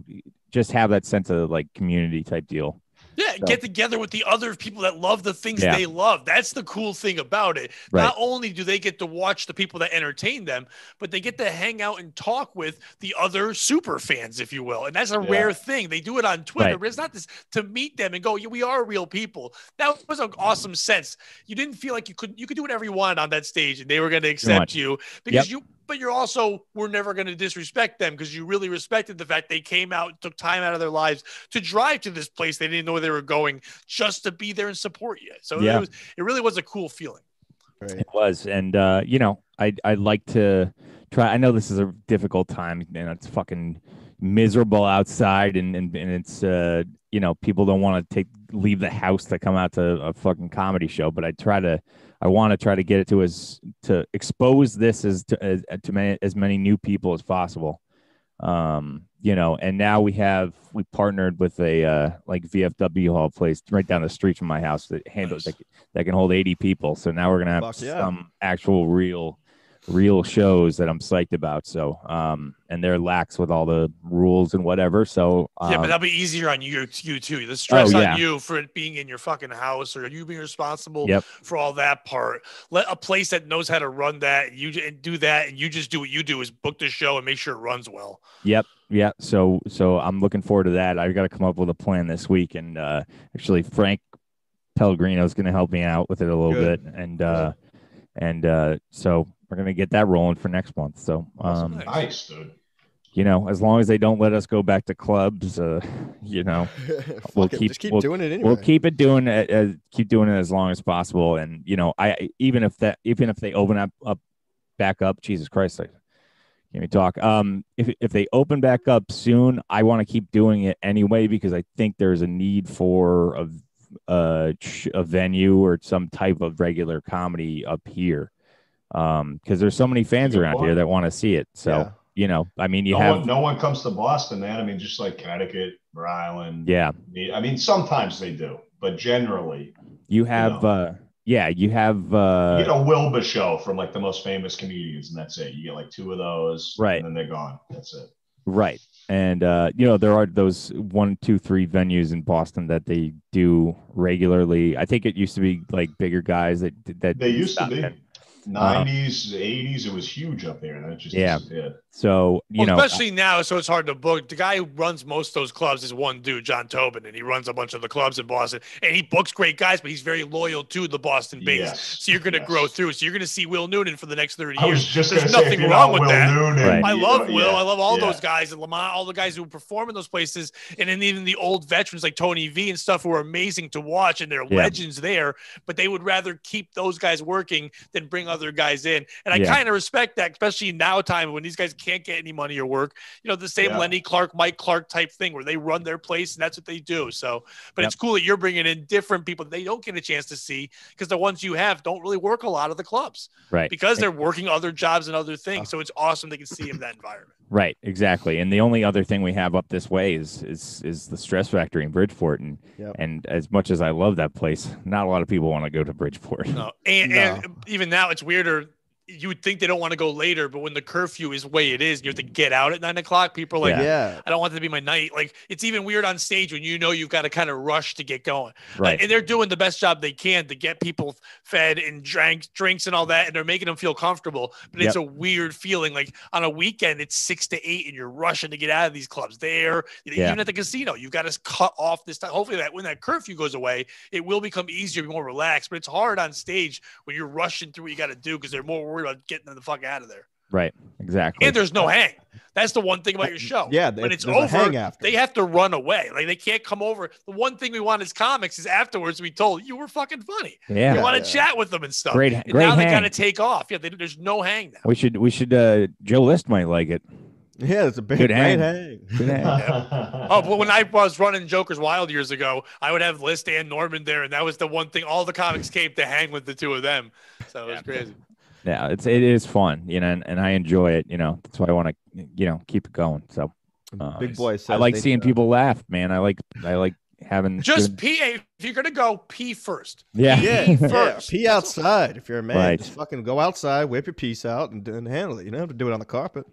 S3: just have that sense of like community type deal.
S4: Yeah,
S3: So-
S4: get together with the other people that love the things
S3: Yeah.
S4: they love. That's the cool thing about it.
S3: Right.
S4: Not only do they get to watch the people that entertain them, but they get to hang out and talk with the other super fans, if you will. And that's a
S2: Yeah.
S4: rare thing. They do it on Twitter,
S3: Right.
S4: but it's not this to meet them and go, yeah, we are real people. That was an awesome sense. You didn't feel like you could you could do whatever you wanted on that stage and they were gonna accept
S3: much.
S4: you because you but you're also we're never going to disrespect them because you really respected the fact they came out took time out of their lives to drive to this place they didn't know where they were going just to be there and support you so
S3: Yeah.
S4: it, was, it really was a cool feeling
S1: Right.
S3: It was, and uh, you know, I I like to try. I know this is a difficult time, and it's fucking miserable outside, and and, and it's uh, you know, people don't want to take leave the house to come out to a fucking comedy show. But I try to, I want to try to get it to as to expose this as to as, uh, to many, as many new people as possible. Um, you know, and now we have we partnered with a uh, like VFW hall place right down the street from my house that handles
S4: Nice.
S3: that, that can hold 80 people. So now we're gonna have
S1: Fuck yeah.
S3: some actual real real shows that I'm psyched about. So um and they're lax with all the rules and whatever. So um, Oh,
S4: yeah but that'll be easier on you, you too the stress
S3: yeah.
S4: on you for it being in your fucking house or you being responsible
S3: Yep.
S4: for all that part let a place that knows how to run that you j- and do that and you just do what you do is book the show and make sure it runs well
S3: Yep. Yeah. So so I'm looking forward to that. I've got to come up with a plan this week, and uh, actually Frank Pellegrino is going to help me out with it a little
S1: Good.
S3: bit, and uh, and uh, so we're going to get that rolling for next month. So
S4: Awesome.
S3: um,
S4: Nice.
S2: Nice, dude.
S3: you know, as long as they don't let us go back to clubs, uh, you know,
S1: Fuck it,
S3: keep-
S1: just keep
S3: we'll-
S1: doing it anyway.
S3: we'll keep it doing it, uh, keep doing it as long as possible. And you know, I even if that even if they open up up back up, Jesus Christ, I can't even talk. Um, if if they open back up soon, I want to keep doing it anyway because I think there's a need for a a, ch- a venue or some type of regular comedy up here. Um, because there's so many fans
S2: Good
S3: around
S2: point.
S3: here that want to see it. So
S1: Yeah.
S3: you know, I mean, you
S2: no,
S3: have
S2: one, no one comes to Boston, man. I mean, just like Connecticut, Rhode Island.
S3: yeah.
S2: I mean, sometimes they do, but generally,
S3: You have
S2: know.
S3: uh yeah, you have uh
S2: you get a Wilbur show from like the most famous comedians, and that's it. You get like two of those,
S3: Right.
S2: And then they're gone. That's it.
S3: right. And uh, you know, there are those one, two, three venues in Boston that they do regularly. I think it used to be like bigger guys that that
S2: They used to
S3: stopped
S2: be.
S3: and-
S2: nineties, eighties, it was huge up there. That just
S3: Yeah.
S2: disappeared.
S3: So you
S4: Well,
S3: know,
S4: especially now, so it's hard to book. The guy who runs most of those clubs is one dude, John Tobin, and he runs a bunch of the clubs in Boston. And he books great guys, but he's very loyal to the Boston base.
S2: Yes,
S4: So you're going to
S2: yes.
S4: grow through. So you're going to see Will Noonan for the next 30
S2: I
S4: years.
S2: was just
S4: There's
S2: gonna say, if
S4: nothing
S2: you're
S4: wrong
S2: not
S4: with
S2: Will
S4: that.
S2: Noonan,
S3: Right.
S4: I
S2: you-
S4: love Will.
S2: yeah,
S4: I love all
S2: yeah.
S4: those guys and Lamont, all the guys who perform in those places, and then even the old veterans like Tony V and stuff who are amazing to watch and they're
S3: Yeah.
S4: legends there. But they would rather keep those guys working than bring other guys in, and I
S3: Yeah.
S4: kind of respect that, especially now time when these guys can't get any money or work. You know, the same
S2: Yeah.
S4: Lenny Clark, Mike Clark type thing where they run their place and that's what they do. So, but
S3: Yep.
S4: it's cool that you're bringing in different people that they don't get a chance to see because the ones you have don't really work a lot of the clubs
S3: uh, right?
S4: because they're working other jobs and other things. So it's awesome they can see him in that environment.
S3: Right, exactly. And the only other thing we have up this way is is is the stress factory in Bridgeport, and
S1: Yep.
S3: and as much as I love that place, not a lot of people want to go to Bridgeport.
S4: No, and,
S1: No.
S4: and even now it's weirder. You would think they don't want to go later, but when the curfew is the way it is, and you have to get out at nine o'clock. People are like,
S3: Yeah.
S1: yeah.
S4: "I don't want that to be my night." Like it's even weird on stage when you know you've got to kind of rush to get going.
S3: Right,
S4: and they're doing the best job they can to get people fed and drank drinks and all that, and they're making them feel comfortable. But it's a weird feeling. Like on a weekend, it's six to eight, and you're rushing to get out of these clubs. There,
S3: Yeah.
S4: even at the casino, you've got to cut off this time. Hopefully, that when that curfew goes away, it will become easier, be more relaxed. But it's hard on stage when you're rushing through what you got to do because they're more worried about getting the fuck out of there.
S3: right, exactly.
S4: And there's no hang. That's the one thing about your show.
S1: uh, Yeah.
S4: when it's
S1: there's a
S4: over,
S1: hang after.
S4: They have to run away. Like they can't come over. The one thing we want as comics is afterwards we told you were fucking funny.
S3: yeah,
S4: You
S1: Yeah,
S4: want to
S1: yeah.
S4: chat with them and stuff.
S3: great,
S4: And
S3: great
S4: now they got
S3: hang.
S4: to take off. Yeah, they, there's no hang now.
S3: we should we should uh, Joe List might like it.
S1: yeah, it's a big
S3: Good
S1: great
S3: hang.
S1: hang.
S3: Good hang.
S4: Oh, but when I was running Joker's Wild years ago, I would have List and Norman there, and that was the one thing all the comics came to hang with the two of them. So it was crazy.
S3: Yeah, it's it is fun, you know, and, and I enjoy it. You know, that's why I want to you know keep it going. So uh,
S1: Big boy says
S3: I like
S1: they-
S3: seeing people laugh, man. I like I like having
S4: Just
S3: good-
S4: pee. If you're gonna go, pee first.
S3: yeah
S1: Yeah,
S4: Pee
S1: yeah,
S4: first.
S1: Pee outside if you're a man.
S3: Right.
S1: Just fucking go outside, whip your piece out, and, and handle it. You don't have to do it on the carpet.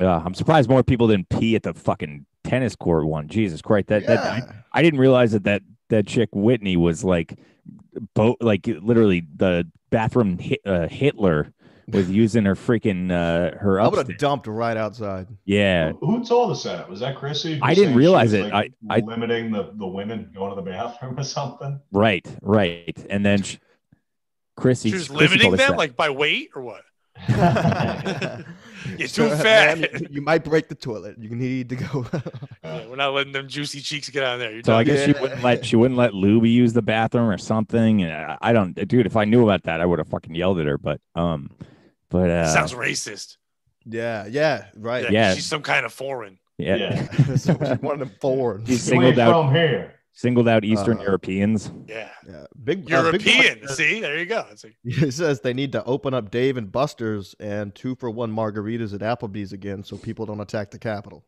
S3: Uh, I'm surprised more people didn't pee at the fucking tennis court one. Jesus Christ, that that I,
S1: Yeah.
S3: I didn't realize that that that chick Whitney was like, boat like literally the bathroom hit, uh, Hitler was using her freaking uh, her
S1: I
S3: up.
S1: would have dumped right outside.
S3: Yeah,
S2: Who told us that? Was that Chrissy? who
S3: I
S2: was
S3: didn't
S2: saying she
S3: realize
S2: was,
S3: it.
S2: like,
S3: I- I-
S2: limiting the, the women going to the bathroom or something.
S3: right, right. And then she, Chrissy,
S4: She was
S3: Chrissy
S4: limiting
S3: told us
S4: them
S3: that.
S4: like by weight or what?
S1: You're
S4: too fat.
S1: you, you might break the toilet. You need to go.
S4: Yeah, we're not letting them juicy cheeks get on there. You're
S3: So I
S4: done.
S3: guess she
S1: Yeah.
S3: wouldn't let she wouldn't let Luby use the bathroom or something. And I, I don't, dude. If I knew about that, I would have fucking yelled at her. But um, but uh,
S4: Sounds racist.
S1: yeah, yeah, right.
S4: Yeah,
S3: Yeah.
S4: she's some kind of foreign.
S3: yeah.
S2: Yeah.
S1: so we just wanted them foreign.
S3: He's
S2: You ain't
S3: singled out
S2: from here.
S3: singled out Eastern
S1: Uh,
S3: Europeans.
S4: Yeah.
S1: Yeah, big uh, Big Boy
S4: European. See, there you go. It's like,
S1: He says they need to open up Dave and Buster's and two for one margaritas at Applebee's again, so people don't attack the Capitol.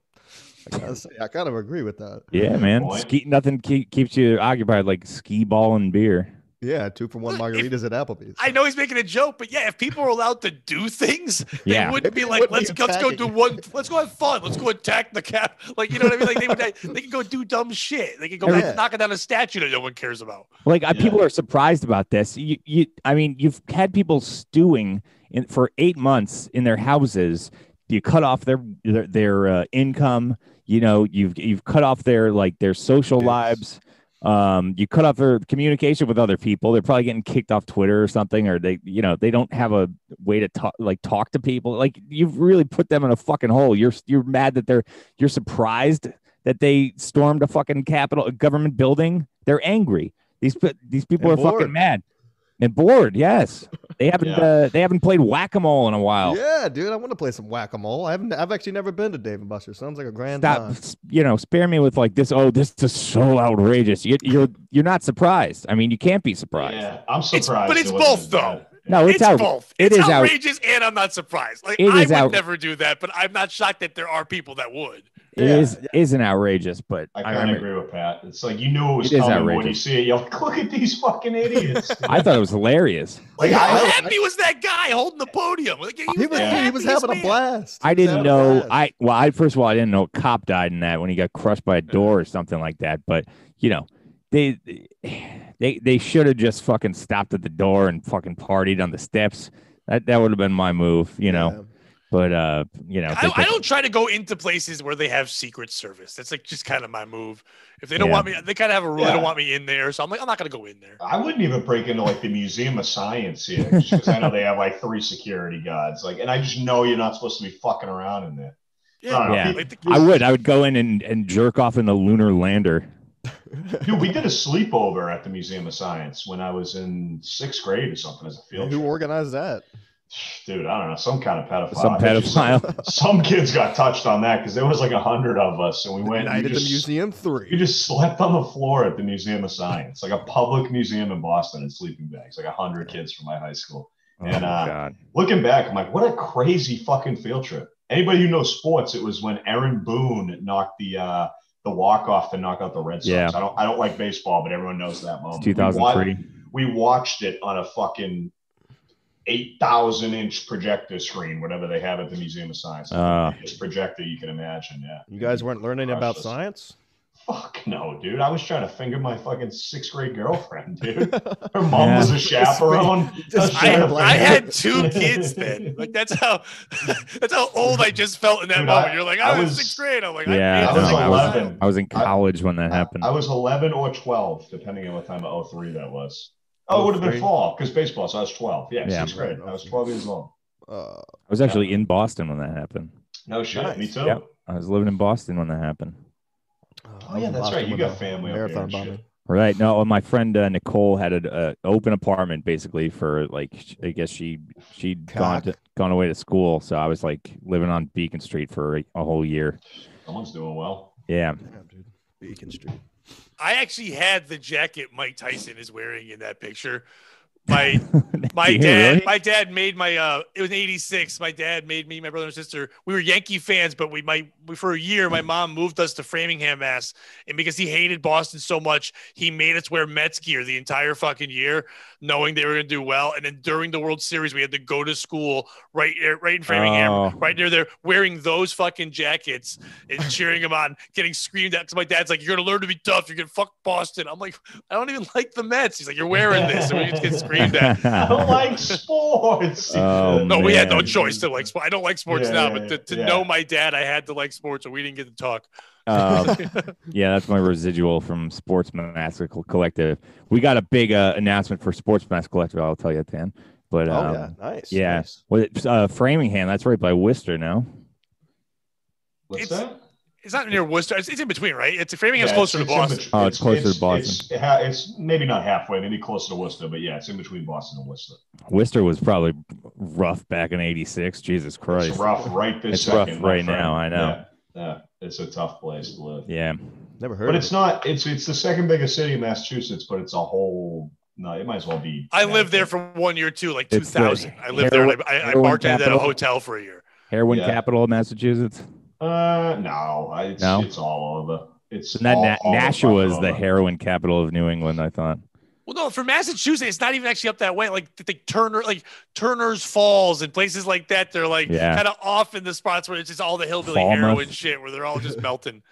S1: I gotta say, I kind of agree with that.
S3: Yeah, man.
S2: Boy.
S3: Ski, nothing keep, keeps you occupied like skee ball and beer.
S1: Yeah, two for one
S4: Look, if-
S1: margaritas at Applebee's.
S4: I know he's making a joke, but yeah, if people were allowed to do things, they
S3: Yeah.
S4: wouldn't be
S1: Maybe they
S4: like,
S1: wouldn't
S4: let's
S1: be
S4: let's go do
S1: attacking.
S4: one, let's go have fun, let's go attack the cap. Like you know what I mean? Like they would, they can go do dumb shit. They can go
S1: Every-
S4: back knocking down a statue that no one cares about.
S3: Like I,
S2: Yeah.
S3: people are surprised about this. You, you, I mean, you've had people stewing in, for eight months in their houses. You cut off their their, their uh, income. You know, you've you've cut off their like their social
S1: Yes.
S3: lives. Um, you cut off their communication with other people. They're probably getting kicked off Twitter or something, or they, you know, they don't have a way to talk, like talk to people. Like you've really put them in a fucking hole. You're you're mad that they're you're surprised that they stormed a fucking capital a government building. They're angry. These pe- these people
S1: And
S3: are
S1: bored.
S3: fucking mad and bored. Yes, they haven't
S2: Yeah.
S3: uh, they haven't played whack a mole in a while.
S1: Yeah, dude, I want to play some whack a mole. I haven't. I've actually never been to Dave and uh, Buster's. Sounds like a grand
S3: Stop,
S1: time.
S3: s- you know, spare me with like this. Oh, this is so outrageous. You, you're you're not surprised. I mean, you can't be surprised.
S2: Yeah, I'm
S4: It's-
S2: surprised.
S4: but it's
S2: it wasn't
S4: both,
S2: as bad.
S3: No, Oh, it's,
S4: It's,
S3: out.
S4: both.
S3: it
S4: it's
S3: is out-
S4: outrageous, and I'm not surprised. Like
S3: It
S4: I
S3: is
S4: would
S3: out-
S4: never do that, but I'm not shocked that there are people that would.
S3: It
S1: Yeah,
S3: is isn't outrageous, but
S2: I
S3: I,
S2: kind of
S3: remember.
S2: agree with Pat. It's like you knew it was
S3: It is
S2: coming when you
S3: outrageous.
S2: see it. You're like, look at these fucking idiots.
S3: I thought it was hilarious.
S2: like
S4: How
S2: I,
S4: happy was that guy holding the podium? Like, he was,
S1: He was,
S4: the
S1: he was
S4: happiest
S1: having a
S4: man.
S1: blast.
S3: I
S1: He was
S3: didn't
S1: having a
S3: know.
S1: blast.
S3: I well, I first of all, I didn't know a cop died in that when he got crushed by a door or something like that. But you know, they they they should have just fucking stopped at the door and fucking partied on the steps. That that would have been my move, you know. But uh, you know, if they
S4: I, I
S3: kept-
S4: don't try to go into places where they have secret service. That's like just kind of my move. If they don't
S3: Yeah.
S4: want me, they kind of have a rule. They
S2: Yeah. Uh,
S4: don't want me in there, so I'm like, I'm not gonna go in there.
S2: I wouldn't even break into like the Museum of Science here because I know they have like three security guards. Like, and I just know you're not supposed to be fucking around in there.
S4: Yeah,
S3: Yeah.
S4: Like, the-
S3: I would. I would go in and, and jerk off in the lunar lander.
S2: Dude, we did a sleepover at the Museum of Science when I was in sixth grade or something as a field
S1: Who
S2: trip.
S1: organized that?
S2: Dude, I don't know, some kind of pedophile.
S3: Some
S2: I bet you
S3: pedophile.
S2: Some, some kids got touched on that because there was like a hundred of us, and we went.
S1: Night at
S2: and we
S1: the
S2: just-
S1: Museum
S2: We
S1: 3.
S2: just slept on the floor at the Museum of Science, like a public museum in Boston, in sleeping bags. Like a hundred kids from my high school.
S3: Oh
S2: And,
S3: my
S2: uh,
S3: god.
S2: Looking back, I'm like, what a crazy fucking field trip. Anybody who knows sports, it was when Aaron Boone knocked the uh, the walk off to knock out the Red Sox.
S3: Yeah.
S2: I don't I don't like baseball, but everyone knows that moment.
S3: It's 2003.
S2: We, wa- we watched it on a fucking eight thousand inch projector screen, whatever they have at the Museum of Science.
S3: Uh,
S2: Biggest projector you can imagine. Yeah.
S1: You guys weren't learning about
S2: Process.
S1: science?
S2: Fuck no, dude. I was trying to finger my fucking sixth grade girlfriend, dude. Her mom was
S1: Yeah.
S2: a chaperone.
S1: Just
S4: I,
S2: Shut up,
S4: I
S2: man.
S4: had two kids then. Like that's how that's how old I just felt in that
S2: Dude, I-
S4: moment. You're like,
S2: I
S4: I, was
S2: was-
S4: sixth grade. I'm like,
S3: Yeah,
S2: I
S4: I
S2: was
S4: made
S3: no, I
S4: this.
S3: was-
S2: 11.
S3: I was in
S2: I-
S3: college when that
S2: I-
S3: happened.
S2: I, was 11 or 12, depending on what time of 03 that was. Oh, it would have
S1: 03.
S2: been fall because baseball. So I was 12. Yeah,
S3: Yeah.
S2: sixth grade. I was 12 years old.
S1: Uh,
S3: I was actually in Boston when that happened.
S2: No shit.
S1: Nice.
S2: Me too.
S3: Yep. I was living in Boston when that happened.
S1: I was
S2: Oh, yeah,
S1: in
S2: that's
S1: Boston
S2: right. You
S1: when
S2: got
S1: the
S2: family up there
S1: Marathon
S2: and shit.
S1: bombing.
S3: Right. No, my friend uh, Nicole had an uh, open apartment basically for like sh- I guess she she'd gone to,
S1: Cock.
S3: gone away to school, so I was like living on Beacon Street for a, a whole year.
S2: Someone's doing well.
S3: Yeah.
S1: Damn, dude. Beacon Street.
S4: I actually had the jacket Mike Tyson is wearing in that picture. My my
S3: You
S4: dad
S3: really?
S4: my dad made my uh it was 86 my dad made me my brother and sister we were yankee fans but we might we, for a year my mom moved us to framingham mass and because he hated boston so much he made us wear mets gear the entire fucking year knowing they were going to do well and then during the world series we had to go to school right there- right in framingham
S3: Oh.
S4: right near there wearing those fucking jackets and cheering him on getting screamed at because my dad's like you're going to learn to be tough you're going to fuck boston i'm like i don't even like the mets he's like you're wearing this and we just get screamed at
S2: I don't like sports.
S3: Oh,
S4: no, we had no
S3: Man.
S4: choice to like sports. I don't like sports
S2: Yeah,
S4: now,
S2: yeah,
S4: but to, to
S2: yeah.
S4: know my dad, I had to like sports, or we didn't get to talk.
S3: Um, yeah, that's my residual from Sports Mass Collective. We got a big uh, announcement for Sports Mass Collective. I'll tell you at the end. But
S1: Oh,
S3: um,
S1: yeah. Nice.
S3: yeah.
S1: nice.
S3: was it, uh, Framingham? That's right by Worcester. No,
S2: What's
S4: It's-
S2: that?
S4: It's not near Worcester. It's, it's in between, right? It's Framingham's
S2: Yeah,
S4: closer to
S2: in
S4: Boston.
S2: bet-
S3: Oh, it's closer to
S2: It's, it's, ha- it's maybe not halfway, maybe closer to Worcester, but yeah, it's in between Boston and Worcester.
S3: Worcester was probably rough back in '86. Jesus Christ.
S2: It's rough right this
S3: It's rough
S2: second. my
S3: right
S2: friend.
S3: now, I know.
S2: Yeah, yeah. it's a tough place to live.
S3: Yeah.
S1: Never heard
S2: But
S1: of
S2: it's not. It's it's the second biggest city in Massachusetts, but it's a whole. No, it might as well be.
S4: I lived there for one year too, like
S3: It's the
S4: 2000. I lived there and I, I, I
S3: heroin
S4: bartended at a
S3: capital.
S4: hotel for a year.
S3: Heroin
S2: Yeah.
S3: capital of Massachusetts.
S2: Uh, no, I- it's
S3: No?
S2: it's all over. It's
S3: So that
S2: all,
S3: Na-
S2: all
S3: Nashua was
S2: over.
S3: the heroin capital of New England, I thought.
S4: Well, no, for Massachusetts, it's not even actually up that way. Like like Turner, like Turner's Falls and places like that, they're like
S3: Yeah.
S4: kind of off in the spots where it's just all the hillbilly
S3: Falmouth.
S4: heroin shit, where they're all just melting.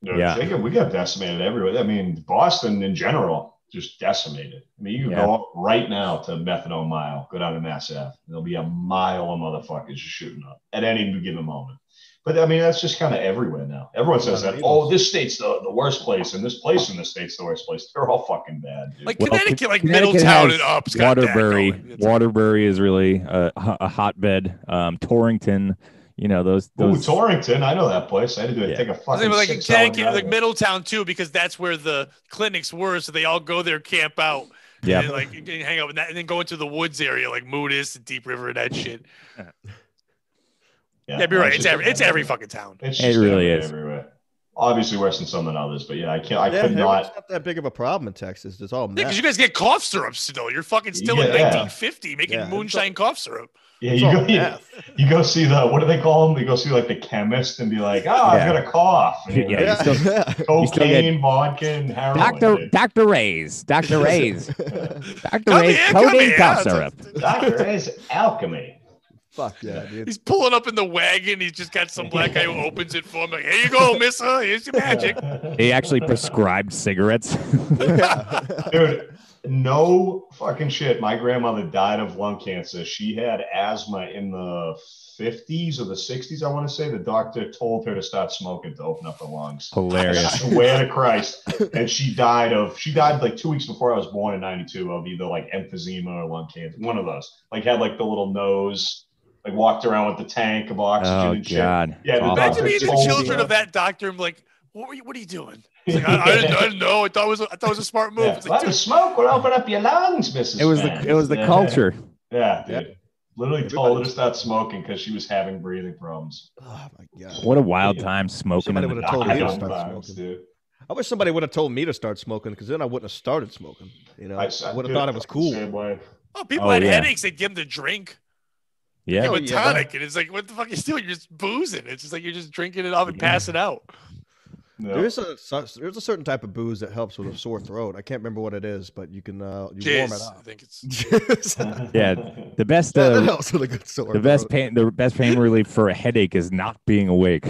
S2: No,
S3: Yeah.
S2: they got- we got decimated everywhere. I mean, Boston in general just decimated. I mean, you can go up right now to Methadone Mile, go down to Mass Ave. There'll be a mile of motherfuckers just shooting up at any given moment. But I mean, that's just kind of everywhere now. Everyone says that, oh, this state's the, the worst place, and this place in this state's the worst place. They're all fucking bad, dude.
S4: Like
S3: Well,
S4: Connecticut, like
S3: Connecticut
S4: Middletown
S3: has
S4: and up.
S3: Waterbury. Waterbury is really a, a hotbed. Um, Torrington, you know, those.
S2: Ooh,
S3: those
S2: Torrington. I know that place. I had to do it.
S3: Yeah.
S2: Take a
S4: I
S2: fucking
S4: was like in
S2: six-hour
S4: Connecticut,
S2: drive
S4: like
S2: there.
S4: Middletown too, because that's where the clinics were. So they all go there, camp out,
S3: Yeah.
S4: and then, like you can hang out with that, and then go into the woods area, like Moodis and Deep River and that shit. Yeah, you're right.
S2: it's
S4: It's
S2: just
S4: every, it's every
S2: everywhere.
S4: fucking town.
S2: It's
S3: It
S2: just
S3: really
S2: everywhere,
S3: is.
S2: everywhere. Obviously worse than some than others, but yeah, I can't. I
S1: yeah,
S2: could
S1: heroin's
S2: not.
S1: not that big of a problem in Texas. It's all
S4: Yeah, because
S1: meth.
S4: you guys get cough syrup still. You're fucking still in
S2: Yeah.
S4: 1950 making
S1: Yeah, it's
S4: moonshine cough syrup.
S2: Yeah,
S1: It's
S2: you
S1: all
S2: go. You,
S1: meth.
S2: you go see the what do they call them? You go see like the chemist and be like, oh,
S3: Yeah.
S2: I've got a cough. And
S3: Yeah,
S2: you're
S3: you
S2: like,
S3: still- you still get-
S2: cocaine, vodka, and heroin.
S3: Doctor
S2: dude.
S3: Doctor Ray's Doctor Ray's Doctor
S4: Come
S3: Ray's
S4: here, come
S3: codeine
S4: here.
S3: cough syrup.
S2: Doctor is alchemy.
S1: Fuck yeah, dude.
S4: He's pulling up in the wagon. He's just got some black guy who opens it for him. Like, here you go, Missa. Here's your magic.
S3: They actually prescribed cigarettes.
S1: Yeah.
S2: Dude, no fucking shit. My grandmother died of lung cancer. She had asthma in the 50s or the 60s, I want to say. The doctor told her to start smoking to open up her lungs. I
S3: Hilarious.
S2: swear to Christ. And she died of, she died like two weeks before I was born in 92 of either like emphysema or lung cancer, one of those. Like had like the little nose, like walked around with the tank of oxygen
S3: Oh
S2: and shit.
S3: God.
S2: Yeah, the
S3: Awful.
S4: Imagine
S2: doctor
S4: being the
S2: told
S4: children
S2: you.
S4: of that doctor. I'm like, what, were you, what are you doing? It's like, I, I didn't, I didn't know. I thought it was. A, I thought it was a smart move.
S2: Yeah.
S4: It's
S2: A
S4: like,
S2: lot
S4: dude,
S2: of smoke will open up your lungs, Mrs.
S3: It was the
S2: Fan.
S3: it was the
S2: Yeah.
S3: culture.
S2: Yeah,
S1: Yep.
S2: dude. Literally told her to stop smoking because she was having breathing problems.
S1: Oh my god.
S3: What a wild time smoking
S1: Somebody
S3: in the
S1: would've told
S3: dark.
S1: me to
S2: Lockdown
S1: stop
S2: vibes,
S1: smoking.
S2: dude.
S1: I wish somebody would have told me to start smoking because then I wouldn't have started smoking. You know, I, would have
S2: dude,
S1: thought it was
S2: fucking
S1: cool.
S2: Same way.
S4: oh, people
S3: Oh,
S4: had
S3: yeah.
S4: headaches. They give them to drink.
S3: Yeah.
S4: Give
S1: Oh,
S4: a
S1: yeah.
S4: tonic, and it's like, what the fuck are you doing? You're just boozing. It's just like you're just drinking it off and
S3: Yeah.
S4: passing out.
S2: No.
S1: There is a su- there's a certain type of booze that helps with a sore throat. I can't remember what it is, but you can uh, you warm it
S4: Jizz. I
S1: up.
S4: think it's.
S1: Jizz.
S3: Yeah, The best
S1: that, that
S3: uh,
S1: helps with a good sore.
S3: the best
S1: throat.
S3: pain the best pain relief for a headache is not being awake.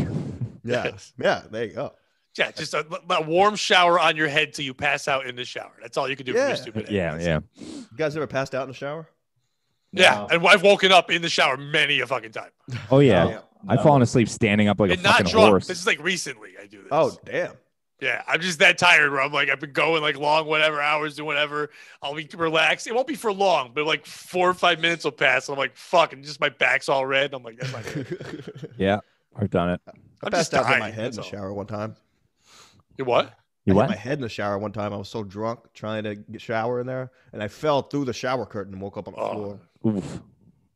S1: Yeah, yeah. There you go.
S4: Yeah, just a, a warm shower on your head till you pass out in the shower. That's all you can do. Yeah,
S1: Yeah.
S4: stupid head.
S3: Yeah,
S4: That's-
S3: yeah.
S1: You guys ever passed out in the shower?
S4: yeah.
S2: No.
S4: And I've woken up in the shower many a fucking time,
S3: Oh yeah.
S1: Yeah.
S3: I've fallen asleep standing up like a
S4: and not
S3: fucking
S4: drunk.
S3: horse.
S4: This is like recently I do this.
S1: Oh damn.
S4: yeah, I'm just that tired where I'm like I've been going like long whatever hours doing whatever. I'll be relaxed. It won't be for long, but like four or five minutes will pass. And I'm like fuck, and just my back's all red. And I'm like that's my.
S3: I've done it.
S1: I
S4: I'm
S1: passed
S4: just
S1: out with my
S4: dying,
S1: head in the
S4: that's all.
S1: shower one time.
S4: You what?
S3: You
S1: I hit
S3: what?
S1: my head in the shower one time. I was so drunk trying to get shower in there, and I fell through the shower curtain and woke up on the
S4: Oh,
S1: floor.
S3: Oof.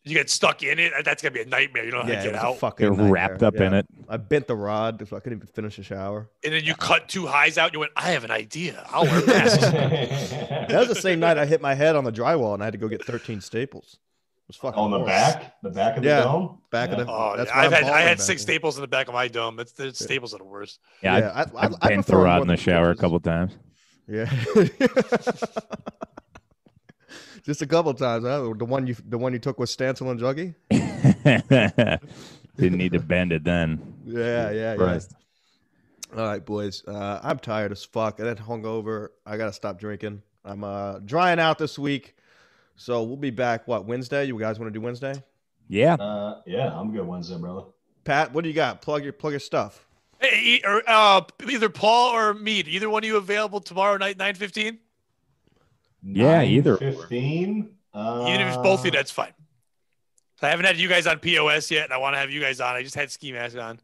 S4: You get stuck in it. That's gonna be a nightmare. You don't know
S1: Yeah,
S4: how to
S1: it
S4: get
S1: was
S4: out.
S1: a fucking
S3: Get wrapped
S1: nightmare.
S3: up in
S1: Yeah.
S3: it.
S1: I bent the rod, so I couldn't even finish the shower.
S4: and then you cut two highs out. And you went. I have an idea. I'll wear masks.
S1: That was
S2: That's
S1: the same night I hit my head on the drywall and I had to go get 13 staples. It was fucking
S2: Oh, on the
S1: horrible.
S2: back, the back of the
S1: Yeah.
S2: dome.
S1: Back of the-
S4: Oh,
S1: That's
S4: yeah.
S1: why
S4: I've
S1: I'm
S4: had I
S1: balding
S4: had
S1: back
S4: six
S1: then.
S4: staples in the back of my dome. That's the staples are the worst.
S3: Yeah,
S1: I, I,
S3: I've,
S1: I
S3: I've bent the
S1: prefer
S3: rod in
S1: one
S3: the
S1: with
S3: shower a
S1: stitches.
S3: couple times.
S1: Yeah. Just a couple times. Huh? The one you the one you took was Stancil and Juggy.
S3: Didn't need to bend it then.
S1: Yeah, yeah, yeah.
S3: Christ.
S1: All right, boys. Uh, I'm tired as fuck. I then hungover. I gotta stop drinking. I'm uh, drying out this week, so we'll be back. What Wednesday? You guys want to do Wednesday?
S3: Yeah.
S2: Uh, yeah, I'm good Wednesday, brother.
S1: Pat, what do you got? Plug your plug your stuff.
S4: Hey, e- or, uh, either Paul or Mead. Either one of you available tomorrow night, nine fifteen?
S3: Yeah, either or.
S2: fifteen. Uh,
S4: Even if it's both of you, that's fine. I haven't had you guys on POS yet, and I want to have you guys on. I just had Ski Mask on.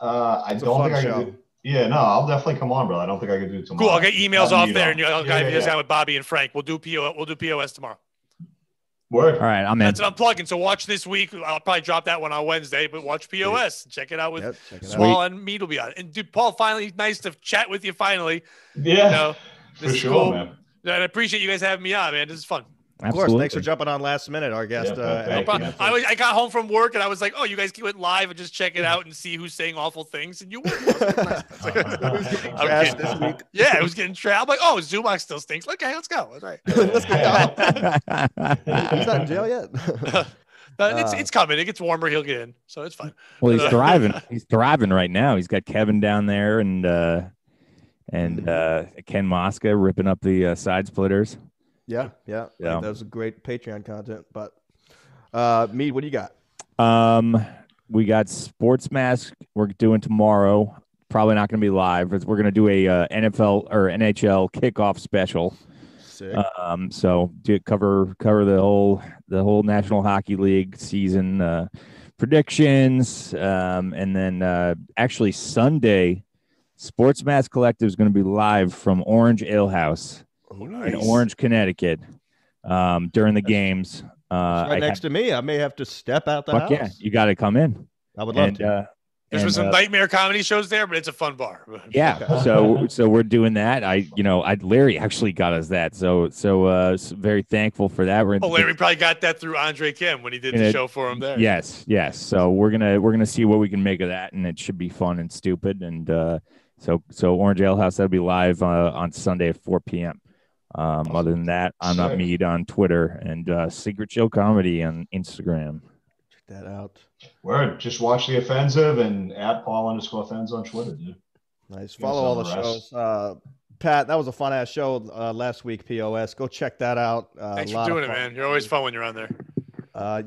S2: Uh, I
S1: It's a
S2: don't
S1: fun
S2: think I can.
S1: show.
S2: Do, yeah, no, I'll definitely come on, brother. I don't think I can do it tomorrow.
S4: Cool. I'll get emails
S2: I'll
S4: off
S2: meet
S4: there,
S2: on.
S4: and you, I'll
S2: Yeah,
S4: have you
S2: yeah,
S4: guys
S2: yeah.
S4: on with Bobby and Frank. We'll do PO. We'll do POS tomorrow.
S3: All
S2: Word.
S3: right, I'm in.
S4: That's what I'm plugging. So watch this week. I'll probably drop that one on Wednesday, but watch POS. Check it out with
S1: Yep, check it out.
S4: Small and Mead will be on. And dude, Paul, finally, nice to chat with you. Finally,
S2: Yeah,
S4: No,
S2: for
S4: this is
S2: sure,
S4: cool.
S2: man.
S4: and I appreciate you guys having me on, man. This is fun.
S1: Of course. Thanks for
S3: Absolutely.
S1: jumping on last minute, our guest.
S2: Yeah,
S1: uh,
S2: thank
S1: Al
S2: you.
S1: Keenan.
S4: I, was, I got home from work and I was like, oh, you guys can went live and just check it out and see who's saying awful things. And you were. I'm
S1: Trash
S4: kidding.
S1: this week.
S4: yeah, it was getting trapped. I'm like, oh, Zumok still stinks. Okay, let's go. That's right.
S1: Let's go. He's not in
S2: Yeah.
S1: jail yet.
S4: Uh, it's,
S1: Uh,
S4: it's coming. It gets warmer. He'll get in. So it's fine.
S3: well, he's thriving. He's thriving right now. He's got Kevin down there and uh and uh Ken Mosca ripping up the uh, side splitters.
S1: yeah, yeah,
S3: Yeah.
S1: That was great Patreon content. But uh, Mead, what do you got?
S3: Um, we got Sports Mask. We're doing tomorrow. Probably not going to be live. but We're going to do a uh, NFL or NHL kickoff special.
S1: Sick.
S3: Um, so do cover cover the whole the whole National Hockey League season uh, predictions, um, and then uh, actually Sunday, Sports Mass Collective is going to be live from Orange Ale House in Orange, Connecticut, um, during the
S1: That's-
S3: games. Uh,
S1: It's right
S3: I
S1: next to me. I may have to step out the
S3: have-
S1: house.
S3: fuck yeah, you got to come in.
S1: I would love
S3: And,
S1: to.
S3: uh,
S4: There's
S3: and,
S4: been some
S3: uh,
S4: nightmare comedy shows there, but it's a fun bar.
S3: yeah
S2: Okay.
S3: so so we're doing that i you know i Larry actually got us that so so uh s- very thankful for that we're
S4: Oh, Larry probably got that through Andre Kim when he did
S3: Yeah.
S4: the show for him there.
S3: yes yes so we're gonna we're gonna see what we can make of that and it should be fun and stupid and uh so so orange ale house that'll be live uh, on sunday at 4 p.m um other than that i'm not
S2: Sick.
S3: mead on twitter and uh secret chill comedy on instagram
S1: check that out.
S2: Word. Just watch the offensive and at Paul underscore offense on Twitter, dude.
S1: Nice.
S2: Give us
S1: Follow all
S2: all
S1: the
S2: the rest.
S1: shows. Uh, Pat, that was a fun ass show uh, last week. Pos, go check that out. Uh,
S4: Thanks
S1: lot
S4: for
S1: of
S4: doing it,
S1: fun.
S4: man. You're always fun when you're on there.
S1: Uh,